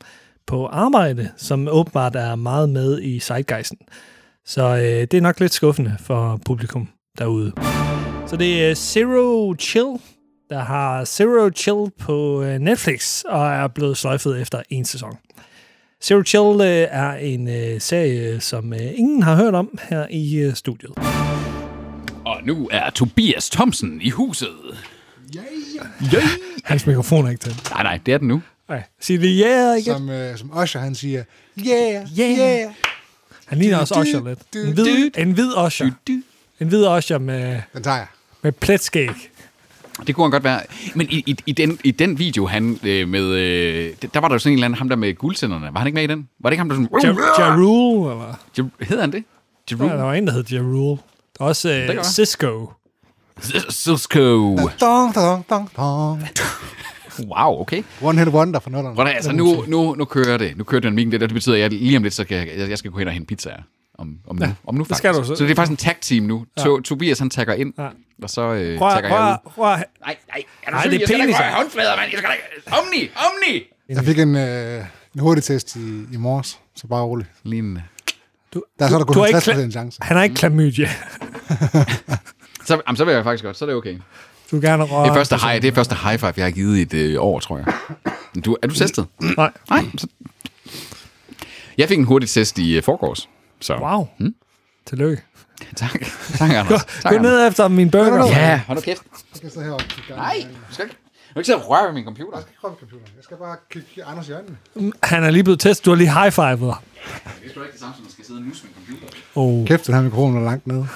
B: på arbejde, som åbenbart er meget med i Zeitgeisten. Så øh, det er nok lidt skuffende for publikum derude. Så det er Zero Chill, der har Zero Chill på øh, Netflix og er blevet sløjfet efter en sæson. Zero Chill øh, er en øh, serie, som øh, ingen har hørt om her i øh, studiet.
C: Og nu er Tobias Thomsen i huset.
B: Hans mikrofon er ikke tændt.
C: Nej, nej, det er den nu.
B: Nej, sig det ja yeah, igen.
H: Som, øh, som Usher, han siger, yeah, yeah, yeah.
B: Han ligner også
H: du,
B: Osher
H: du,
B: lidt.
H: du,
B: En hvid, en hvid Osher. En hvid Osher med,
H: Den tager jeg.
B: med pletskæg.
C: Det kunne han godt være. Men i, i, i, den, i den video, han øh, med... Øh, d- der var der jo sådan en eller anden, ham der med guldsenderne. Var han ikke med i den? Var det ikke ham, der sådan...
B: Ja, ja Rule, eller?
C: Ja, hedder han det?
B: Ja, der var en, der hed Ja Rule. Der var også
C: kan
B: øh,
C: være.
B: Cisco.
C: Cisco.
H: Dong, dong, dong, dong.
C: Wow, okay.
H: One hit wonder for nullerne.
C: Hvordan, altså, nu, nu, nu kører det. Nu kører dynamikken. Det, der- det betyder, at jeg, lige om lidt, så kan jeg, jeg- jeg skal gå hen og hente pizzaer. Om, om, nu, om nu faktisk.
B: skal du så.
C: så. det er faktisk en tag-team nu. Ja. To, Tobias, han tager ind, ja. og så øh,
B: Prøv,
C: tager jeg ud.
B: prøv, prøv.
C: Nej, nej, er du
B: Nej,
C: syg?
B: det er
C: Jeg skal da ikke
B: peniser.
C: røre håndflader, mand. Jeg skal da ikke... Omni, omni!
H: Jeg fik en, øh, en hurtig test i, i morges, så bare rolig.
C: Lige en,
H: Der er så der kun
B: du har ikke
H: 50
B: kla-
H: en chance.
B: Han er
C: Mm.
B: ikke klamydia.
C: så, jamen, så vil jeg faktisk godt. Så er det okay.
B: Du vil gerne røre...
C: Det er første high, det er første high five, jeg har givet i et øh, år, tror jeg. Men Du, er du testet?
B: Nej.
C: Nej. Så... Jeg fik en hurtig test i øh, forgårs. Så.
B: Wow. Hmm? Tillykke.
C: Tak. Tak, Anders. Mm. Tak,
B: Gå
C: Anders.
B: ned efter min burger.
C: Ja, hold nu kæft.
H: Jeg kan sidde heroppe.
C: Nej, du skal ikke, du kan ikke sidde og røre ved min computer.
H: computer. Jeg skal bare kigge Anders i øjnene.
B: Han er lige blevet testet. Du har lige high-fivet.
C: Det er sgu da ikke det samme, som at skal sidde og nusse min computer.
B: Oh.
H: Kæft, den her mikrofon er langt nede.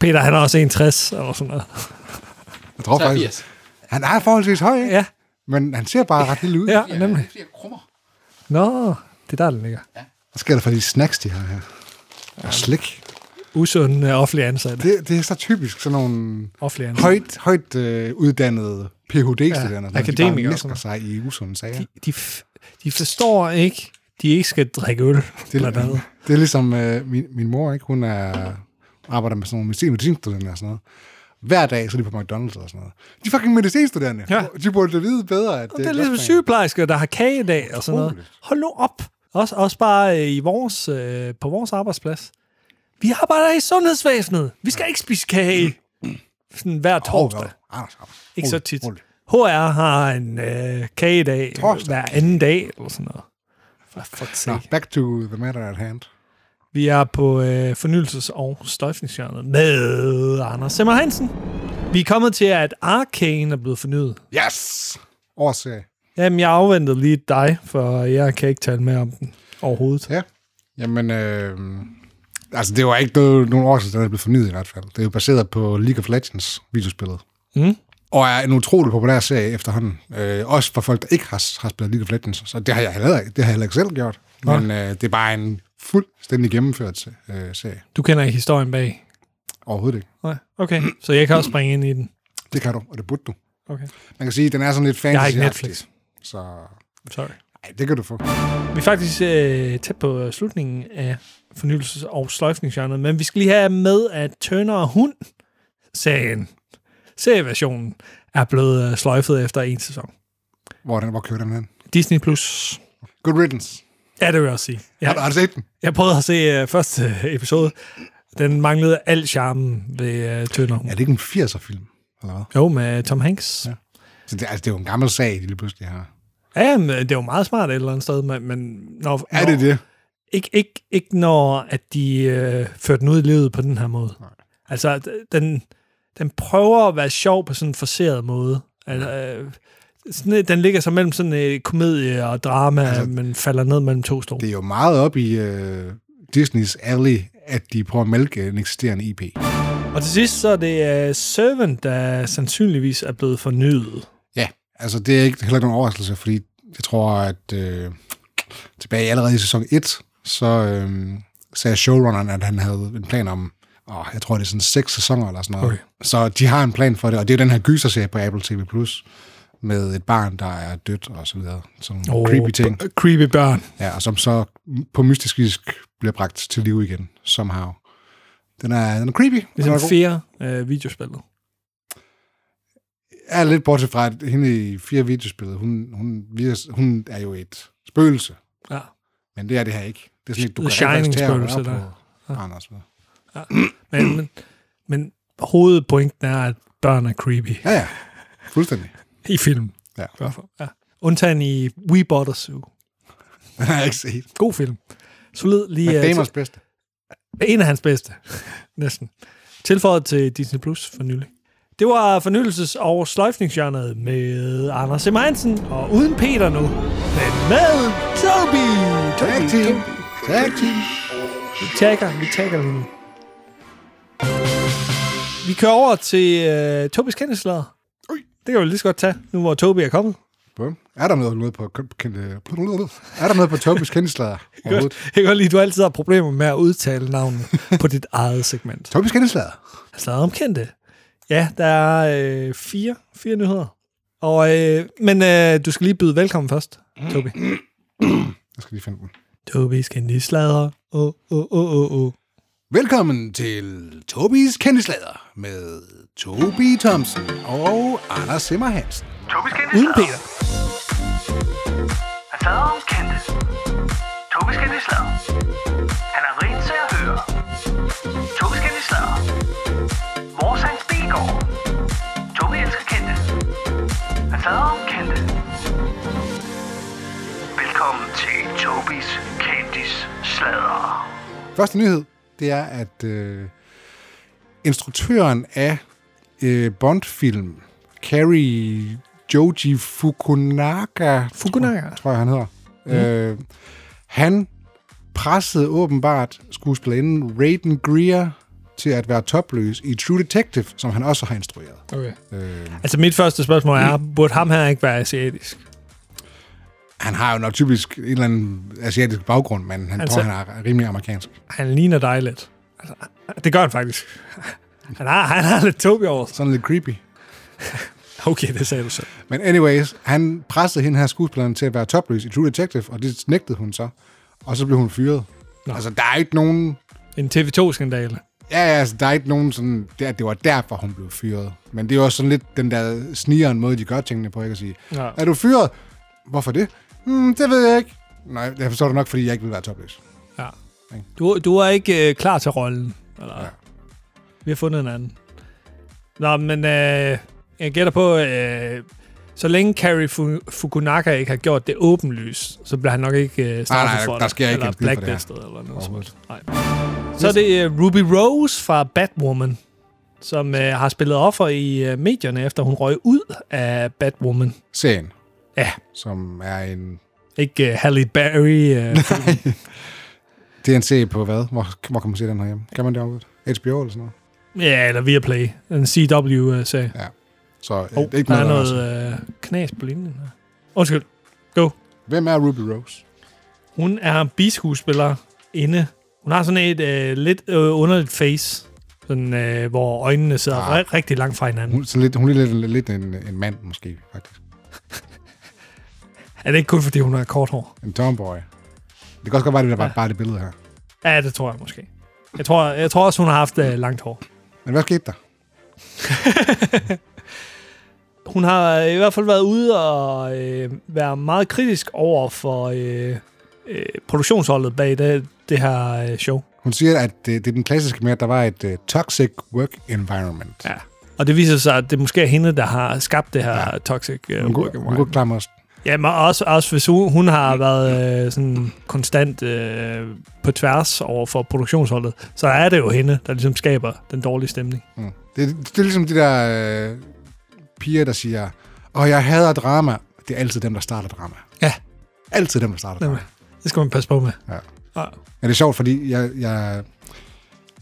B: Peter, han er også 61 eller sådan noget.
H: Jeg tror faktisk, han er forholdsvis høj, ikke?
B: Ja,
H: Men han ser bare ret lille ud.
B: ja, nemlig.
C: fordi, jeg krummer.
B: Nå, det er der, den ligger.
H: Der skal der for de snacks, de har her. Og slik.
B: Usund uh, offentlig ansat.
H: Det, det er så typisk sådan nogle
B: Offentlig ansat.
H: højt, højt øh, uddannede PhD-studerende, ja, de
B: akademikere
H: bare
B: og
H: misker
B: sådan
H: sig i usunde sager.
B: de, f- de forstår ikke, de ikke skal drikke øl, det, blandt andet.
H: Det er ligesom øh, min, min mor, ikke? Hun er, arbejder med sådan nogle medicin, medicinstuderende og sådan noget. Hver dag, så er de på McDonald's og sådan noget. De er fucking medicinstuderende.
B: Ja.
H: De burde da vide bedre, at
B: Det er
H: et
B: ligesom
H: loftsbane.
B: sygeplejersker, der har kagedag og sådan noget. Hold nu op. Også, også bare øh, i vores, øh, på vores arbejdsplads. Vi arbejder i sundhedsvæsenet. Vi skal ikke spise kage sådan hver
H: Hov, Ah,
B: torsdag.
H: hov. Anders, Anders.
B: Ikke så
H: Rolig,
B: tit.
H: rolig.
B: HR har en øh, kagedag
H: Torsdag.
B: hver anden dag eller sådan noget. For fuck's
H: Nå,
B: sake.
H: back to the matter at hand.
B: Vi er på øh, fornyelses- og støjfningshjørnet med Anders Simmer Hansen. Vi er kommet til, at Arcane er blevet fornyet.
H: Yes! Årsag.
B: Jamen, jeg afventede lige dig, for jeg kan ikke tale mere om den overhovedet.
H: Ja. Jamen, øh, altså det var ikke noget, nogen år siden, den er blevet fornyet i hvert fald. Det er jo baseret på League of Legends videospillet.
B: Mm.
H: Og er en utrolig populær serie efterhånden. Øh, også for folk, der ikke har, har spillet League of Legends. Så det har jeg heller, ikke- det har jeg heller ikke selv gjort. Men øh, det er bare en fuldstændig gennemført øh, serie.
B: Du kender ikke historien bag.
H: Overhovedet ikke.
B: Nej, okay. Så jeg kan også springe ind i den.
H: Det kan du, og det burde du.
B: Okay.
H: Man kan sige, at den er sådan lidt fantasy
B: Jeg har ikke Netflix.
H: Så
B: Sorry.
H: Nej, det kan du få.
B: Vi er faktisk øh, tæt på slutningen af fornyelses- og sløjfningsgenren, men vi skal lige have med, at Turner og Hund sagen, serieversionen, er blevet øh, sløjfet efter en sæson.
H: Hvor, er den, hvor kører den hen?
B: Disney+. Plus.
H: Good riddance.
B: Ja, det vil jeg også sige.
H: Ja. Har, du,
B: Jeg,
H: har du set den?
B: jeg prøvede at se øh, første øh, episode. Den manglede al charmen ved øh, Turner og Hund.
H: Er det ikke en 80'er-film? Eller hvad?
B: Jo, med Tom Hanks. Ja.
H: Ja. Så det, altså, det er jo en gammel sag, de lige pludselig har.
B: Ja, men øh, det er jo meget smart et eller andet sted, men, men når,
H: Er
B: når,
H: det det?
B: Ikke, ikke, ikke når at de øh, førte den ud i livet på den her måde. Nej. Altså, at, øh, den, den prøver at være sjov på sådan en forseret måde. Altså, øh, sådan, øh, den ligger så mellem sådan øh, komedie og drama, altså, men falder ned mellem to stole.
H: Det
B: Det,
H: er jo meget op i øh, Disneys alley, at de prøver at mælke en eksisterende IP.
B: og til sidst så er det øh, Servant, der sandsynligvis er blevet fornyet.
H: Ja, altså det er ikke heller ikke nogen overraskelse, fordi jeg tror, at øh, tilbage allerede i sæson 1, så øh, sagde showrunneren, at han havde en plan om, åh, jeg tror, det er sådan seks sæsoner eller sådan noget.
B: Okay.
H: Okay. Så de har en plan for det, og det er jo den her gyserserie på Apple TV+, Plus med et barn, der er dødt og så videre. Sådan oh, creepy ting.
B: b- creepy børn.
H: Ja, og som så på mystisk vis bliver bragt til live igen, somehow. Den er, den er creepy. og den er
B: Ligesom
H: god.
B: fire øh, videospillet.
H: er lidt bortset fra, at hende i fire videospillet, hun, hun, vir- hun er jo et spøgelse,
B: Ja.
H: men det er det her ikke. Det er sådan, et, du
B: The
H: kan rent faktisk tage og
B: Shining-spøgelse,
H: røre på
B: der.
H: barnet og så videre.
B: Men, men, men hovedpointen er, at børn er creepy.
H: Ja, ja. Fuldstændig.
B: I film.
H: Ja.
B: I hvert fald, ja. Undtagen i We Bought a Zoo.
H: [laughs] Den har jeg ikke set.
B: God film. Solid lige...
H: Men
B: øh,
H: Famers bedste.
B: til- en af hans bedste. [laughs] Næsten. Tilføjet til Disney Plus for nylig. Det var fornyelses- og sløjfningsgenret med Anders Semansen, og uden Peter nu, men med Toby!
H: Tag
B: Toby,
H: team.
B: Toby.
H: Tag team.
B: Vi tagger, vi tagger lige nu. Vi kører over til øh, Tobis kendeslader. Det kan vi lige så godt tage, nu hvor Toby er kommet.
H: Bum. Er der noget, noget på kendte... Er der noget på Tobis kendeslader overhovedet?
B: Jeg kan [laughs] godt lide, at du altid har problemer med at udtale navnet på dit eget segment. Altså,
H: Tobis kendeslader.
B: Slaget om kendte. Ja, der er øh, fire, fire nyheder. Og, øh, men øh, du skal lige byde velkommen først, Tobi.
H: Jeg skal lige finde den.
B: Tobi skal lige sladre. Åh, åh, åh, åh, åh.
H: Velkommen til Tobis kendeslader med Tobi Thomsen og Anders Simmer Hansen.
D: Tobis kendte
B: Uden Peter.
D: Han fader om kendte. Tobis kendte slader. Han er rent til at høre. Tobis kendte slader. Vores hans bilgård. Tobi elsker kendte. Han fader om kendte. Velkommen til Tobis kendtis slader.
H: Første nyhed, det er, at øh, instruktøren af øh, Bond-film, Carrie Joji Fukunaga,
B: Fukunaga.
H: tror, tror jeg, han hedder, mm. øh, han pressede åbenbart skuespillerinden Raiden Greer til at være topløs i True Detective, som han også har instrueret.
B: Okay.
H: Øh,
B: Altså, mit første spørgsmål er, burde ham her ikke være asiatisk?
H: han har jo nok typisk en eller anden asiatisk baggrund, men han
B: Altså-
H: altså, tror, han er rimelig amerikansk.
B: Han ligner dig lidt. Altså, det gør han faktisk. Han har, han har lidt Tobi over sig.
H: Sådan lidt creepy.
B: Okay, det sagde du selv.
H: Men anyways, han pressede hende her skuespilleren til at være topløs i True Detective, og det nægtede hun så. Og så blev hun fyret. Nå. Altså, der er ikke nogen...
B: En TV2-skandale.
H: Ja, ja, altså, der er ikke nogen sådan... Det, det var derfor, hun blev fyret. Men det er jo også sådan lidt den der snigeren måde, de gør tingene på, ikke at sige.
B: Ja.
H: Er du fyret? Hvorfor det? Hmm, det ved jeg ikke. Nej, jeg forstår det nok, fordi jeg ikke vil være topløs.
B: Ja. Du, du er ikke øh, klar til rollen. Eller? Ja. Vi har fundet en anden. Nå, men øh, jeg gætter på, øh, så længe Carrie Fu- Fukunaga ikke har gjort det åbenlyst, så bliver han nok ikke øh, straffet
H: nej,
B: for
H: der
B: det.
H: sker ikke
B: eller
H: en skid for det her.
B: blacklistet eller noget
H: Overhovedet.
B: sådan. Nej. Så er det øh, Ruby Rose fra Batwoman, som øh, har spillet offer i øh, medierne, efter hun røg ud af Batwoman.
H: Serien,
B: Ja,
H: som er en...
B: ikke øh, Halle Berry.
H: [laughs]
B: Øh,
H: Det er en serie på hvad? Hvor, hvor kan man se den herhjemme? Kan man det overhovedet? HBO eller sådan noget?
B: ja, eller Viaplay. En øh, CW-serie.
H: Så
B: Oh,
H: oh, det er ikke
B: der er
H: noget, noget.
B: noget øh, knas på linjen her. Undskyld. Go.
H: Hvem er Ruby Rose?
B: Hun er biskuespiller inde. Hun har sådan et øh, lidt øh, underligt face, sådan, øh, hvor øjnene sidder ah.
H: Ah.
B: rigtig langt fra hinanden.
H: Hun, sådan lidt, hun er lidt, lidt en, en mand, måske, faktisk.
B: Er det ikke kun, fordi hun har kort hår?
H: En tomboy. Det kan også godt være, det er bare, bare det billede her.
B: Ja, det tror jeg måske. Jeg tror, jeg tror også, hun har haft øh, langt hår.
H: Men hvad skete der?
B: Hun har øh, i hvert fald været ude og øh, være meget kritisk over for øh, øh, produktionsholdet bag det, det her øh, show.
H: Hun siger, at det, det er den klassiske med, at der var et uh, toxic work environment.
B: Ja. Og det viser sig, at det måske er hende, der har skabt det her ja. toxic øh,
H: Hun kunne,
B: work
H: hun kunne
B: environment.
H: klare mig også.
B: Ja, men også, også hvis hun, hun har været øh, sådan konstant øh, på tværs over for produktionsholdet, så er det jo hende, der ligesom skaber den dårlige stemning.
H: Mm. Det, det er ligesom de der øh, piger, der siger, og jeg hader drama. Det er altid dem, der starter drama.
B: Ja.
H: Altid dem, der starter drama.
B: Nemlig. Det skal man passe på med.
H: Ja.
B: Ja.
H: Men det er sjovt, fordi jeg, jeg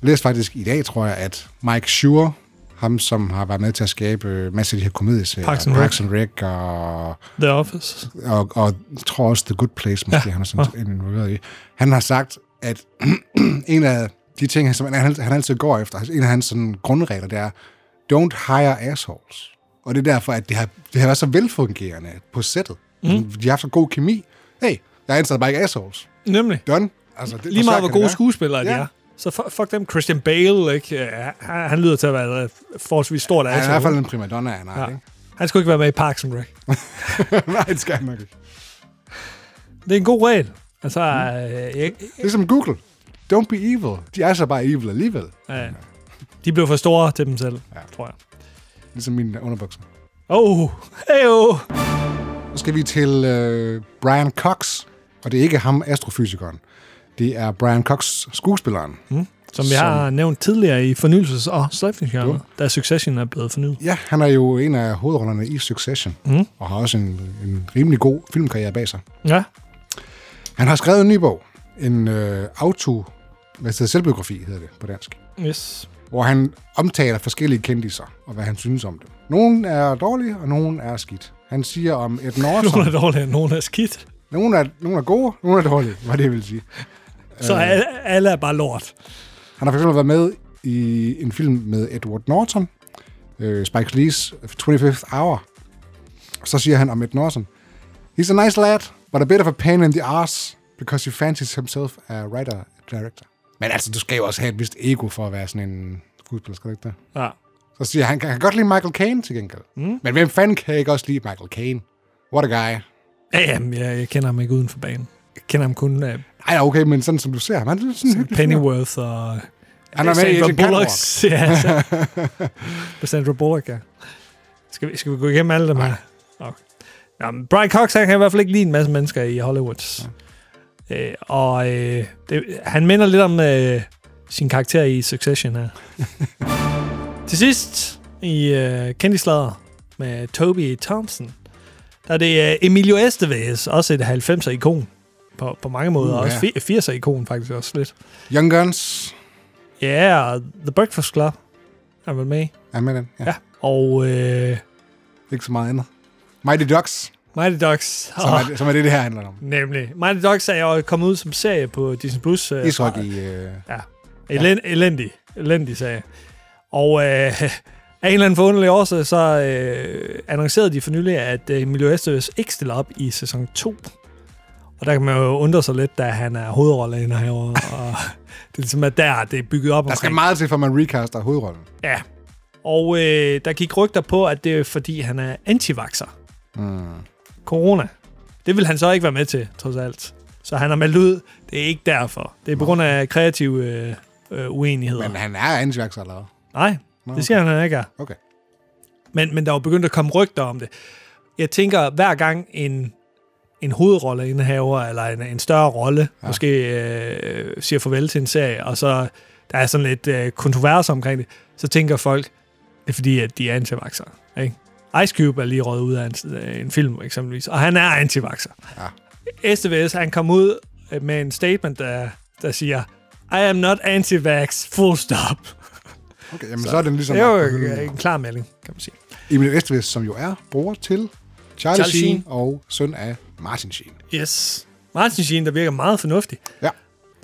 H: læste faktisk i dag, tror jeg, at Mike Schur, ham som har været med til at skabe øh, masser af de her komedieserier,
B: Parks and
H: Parks and Rec og,
B: The Office.
H: og, og jeg tror også The Good Place, måske ja. han er sådan ja. involveret i. Han har sagt, at [clears throat] en af de ting, som han, han altid går efter, altså en af hans sådan, grundregler, det er, don't hire assholes. Og det er derfor, at det har, det har været så velfungerende på sættet.
B: Mhm.
H: Mm. De har haft så god kemi. Hey, jeg ansætter bare ikke assholes.
B: Nemlig.
H: Done. Altså, det,
B: Lige
H: og så
B: meget,
H: kan
B: hvor
H: det
B: gode
H: være.
B: skuespillere de
H: Ja.
B: er. Så fu- fuck dem. Christian Bale, ikke? Ja, han, han lyder til at være et forholdsvis stort
H: Han er i
B: asshole.
H: hvert fald en primadonna, han har,
B: Ja.
H: ja. ikke?
B: Han skulle ikke være med i Parks and Rec.
H: Nej, det skal han nok ikke. [laughs]
B: Det er en god regel. Altså, øh, jeg,
H: Ligesom Google. Don't be evil. De er så bare evil alligevel.
B: øh, de blev for store til dem selv, ja. tror jeg.
H: Ligesom mine underbukser.
B: Oh, hey oh.
H: Nu skal vi til øh, Brian Cox. Og det er ikke ham, astrofysikeren. Det er Brian Cox, skuespilleren. Mm.
B: Som vi har nævnt tidligere i fornyelses- og sløjfningsgenre, da Succession er blevet fornyet.
H: Ja, han er jo en af hovedrollerne i Succession. Mm. Og har også en, en rimelig god filmkarriere bag sig.
B: Ja,
H: Han har skrevet en ny bog. En øh, auto... Hvad hedder det? selvbiografi, hedder det på dansk.
B: yes.
H: hvor han omtaler forskellige kendiser og hvad han synes om dem. Nogle er dårlige, og nogle er skidt. Han siger om et
B: Nogle
H: Norton,
B: er dårlige, og nogle er skidt.
H: nogle er, nogle er gode, nogle er dårlige, hvad det vil sige.
B: Så alle, alle er bare lort.
H: Han har for eksempel været med i en film med Edward Norton, øh, Spike Lee's 25th Hour. Så siger han om Ed Norton, He's a nice lad, but a bit of a pain in the ass, because he fancies himself a writer director. Men altså, du skal jo også have et vist ego for at være sådan en skuespiller, skal du ikke det?
B: Ja.
H: Så siger han, han kan godt lide Michael Caine til gengæld. Mm. Men hvem fanden kan ikke også lide Michael Caine? What a guy.
B: Ja, jamen, jeg, jeg kender ham ikke uden for banen. Jeg kender ham kun [laughs] af
H: Ej, okay, men sådan som du ser ham, han er sådan, sådan en hyggelig fyr.
B: Pennyworth og...
H: Han er med i Agent Catwalk.
B: Bullocks. [laughs] Ja, så.
H: [laughs]
B: Og Sandra Bullock, ja. Skal vi, skal vi gå igennem alle dem her? Okay. Nå, men Brian Cox, han kan i hvert fald ikke lide en masse mennesker i Hollywood. Ja. Øh, og øh, det, han minder lidt om øh, sin karakter i Succession
H: [laughs]
B: her. Til sidst i øh, Kendislader med Toby Thompson, der er det øh, Emilio Estevez, også et 90'er-ikon på, på mange måder,
H: Uh,
B: uh,
H: ja.
B: også 80'er-ikon faktisk også lidt.
H: Young Guns.
B: Ja, yeah, The Breakfast Club er vel med. i.
H: Er med den? Ja. ja.
B: Ja. Og øh,
H: Ikke så meget andet. Mighty Ducks,
B: Mighty Dogs.
H: som,
B: Oh,
H: er, det- som er det, det her handler om.
B: nemlig. Mighty Dogs er jo kommet ud som serie på Disney+. Plus. Øh,
H: Ishockey. Øh,
B: Ja. Elend, elendig. Elendig serie. Og øh, [laughs] af en eller anden forunderlig årsag, så øh, annoncerede de for nylig, at øh, Emilio Estevez ikke stiller op i sæson 2. Og der kan man jo undre sig lidt, da han er hovedrollen herovre. og [laughs] det er ligesom, at der det er bygget op
H: der skal meget til, for man recaster hovedrollen.
B: Ja. Og øh, der gik rygter på, at det er fordi, han er antivaxer. Mm. Corona. Det vil han så ikke være med til, trods alt. Så han har meldt ud, det er ikke derfor. Det er på grund af kreative øh, øh, uenigheder.
H: Men
B: Men,
H: han er antiværks allerede.
B: Nej, det siger han, han ikke er.
H: Okay.
B: Men, men der er jo begyndt at komme rygter om det. Jeg tænker, hver gang en, en hovedrolleindehaver, eller en, en større rolle, ja. måske øh, siger farvel til en serie, og så der er sådan lidt øh, kontrovers omkring det, så tænker folk, det er fordi, at de er antivaxer. Ikke? Ice Cube er lige røget ud af en, øh, en film, eksempelvis, og han er antivaxer. Ja. STVS, han kom ud øh, med en statement, der, der siger, I am not anti-vax, full stop.
H: okay jamen, så, så er den ligesom...
B: Det er jo øh, en klar melding, kan man sige.
H: Emil Estevez, som jo er bror til Charlie,
B: Charlie
H: Charlie
B: Sheen.
H: Sheen og søn af Martin Sheen.
B: Yes. Martin Sheen, der virker meget fornuftig.
H: Ja.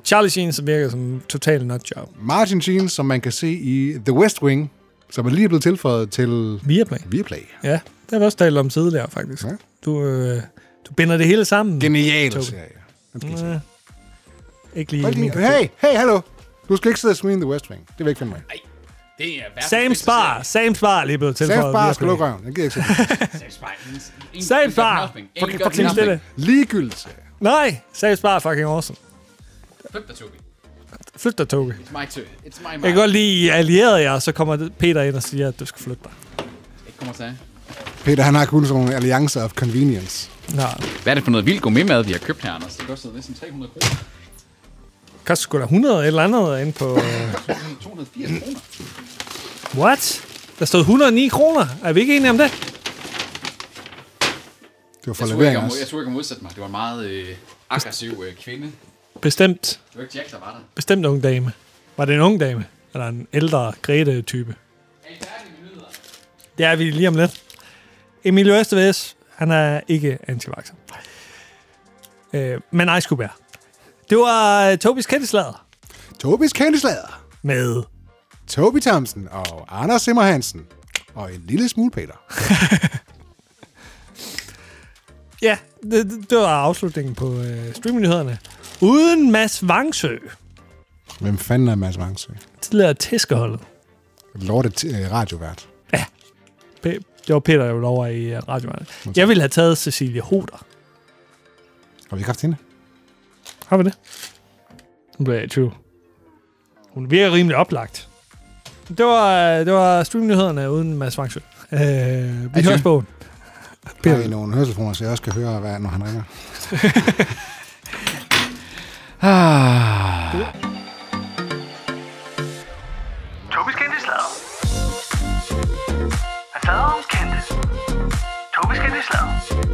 B: Charlie Sheen, som virker som total nutjob.
H: Martin Sheen, som man kan se i The West Wing, som er lige blevet tilføjet til
B: Viaplay.
H: Viaplay.
B: Ja, det har vi også talt om tidligere, faktisk.
H: Ja.
B: Du, øh, du Du binder det hele sammen.
H: Genial
B: Toby.
H: serie. Den skal I se.
B: Ja. Ikke lige
H: Hold lige-
B: min.
H: Hey, hey, hallo. Du skal ikke sidde og smide The West Wing. Det vil jeg ikke finde mig. i.
C: Det er verdens
B: Sam
C: bedste
B: Spar.
C: serie.
B: Sam Spar lige blevet tilføjet.
H: Sam Spar skal
B: virkelig.
H: lukke røven. Jeg gider ikke se det.
C: Sam Spar. ingen- ingen-
B: Sam
C: ingen
B: Spar.
C: gør nothing. Ingen
B: Fucking
C: gør
B: fucking
C: nothing.
B: stille.
H: Ligegyldigt serie.
B: Nej, Sam Spar er fucking awesome.
C: Flip dig, Tobi.
B: Flyt dig, Toge.
C: It's my turn. It's my
B: Jeg kan godt lide, I allierede jer, og så kommer Peter ind og siger, at du skal flytte dig.
C: Jeg kommer til.
H: Peter, han har kun sådan nogle alliancer of convenience.
B: Nå,
C: Hvad er det for noget vildt gourmetmad, vi har købt her, Anders? Det koster næsten 300 kroner.
B: koster sgu da 100 et eller andet inde på... øh,
C: 280 kroner.
B: What? Der stod 109 kroner. Er vi ikke enige om det?
H: Det var for
C: Jeg tror, ikke,
H: levering
C: jeg,
H: også.
C: må- jeg tror ikke, jeg modsatte mig. Det var en meget øh, aggressiv øh, kvinde.
B: Bestemt.
C: Det var ikke Jack, der var der.
B: Bestemt ung dame. Var det en ung dame? Eller en ældre Grete-type? Det er vi lige om lidt. Emilio Estevez, han er ikke antivaxer. Øh, men Ice Cube er. Det var øh, Tobis kendeslader
H: Tobis Candyslader.
B: med...
H: Toby Thomsen og Anders Simmer Hansen. Og en lille smule Peter.
B: Ja, det, det- det var afslutningen på øh, streamingnyhederne. Uden Mads Vangsø,
H: Hvem fanden er Mads Vangsø?
B: tidligere tæskeholdet.
H: Lortet øh, radiovært.
B: P- det var Peter, jeg var over i uh, radioen. Jeg ville have taget Cecilie Hoder.
H: Har vi ikke haft hende?
B: Har vi det? Nu bliver jeg i tvivl. Hun virker rimelig oplagt. Det var, øh, det var streamnyhederne uden Mads Vangsø. Øh, vi
H: Adjø.
B: høres på. åen.
H: Peter. Har I nogle hørselfoner, så jeg også kan høre, hvad, når han ringer?
D: Tobis kendte slader. Han slader om kendte. Tobis kendte slader.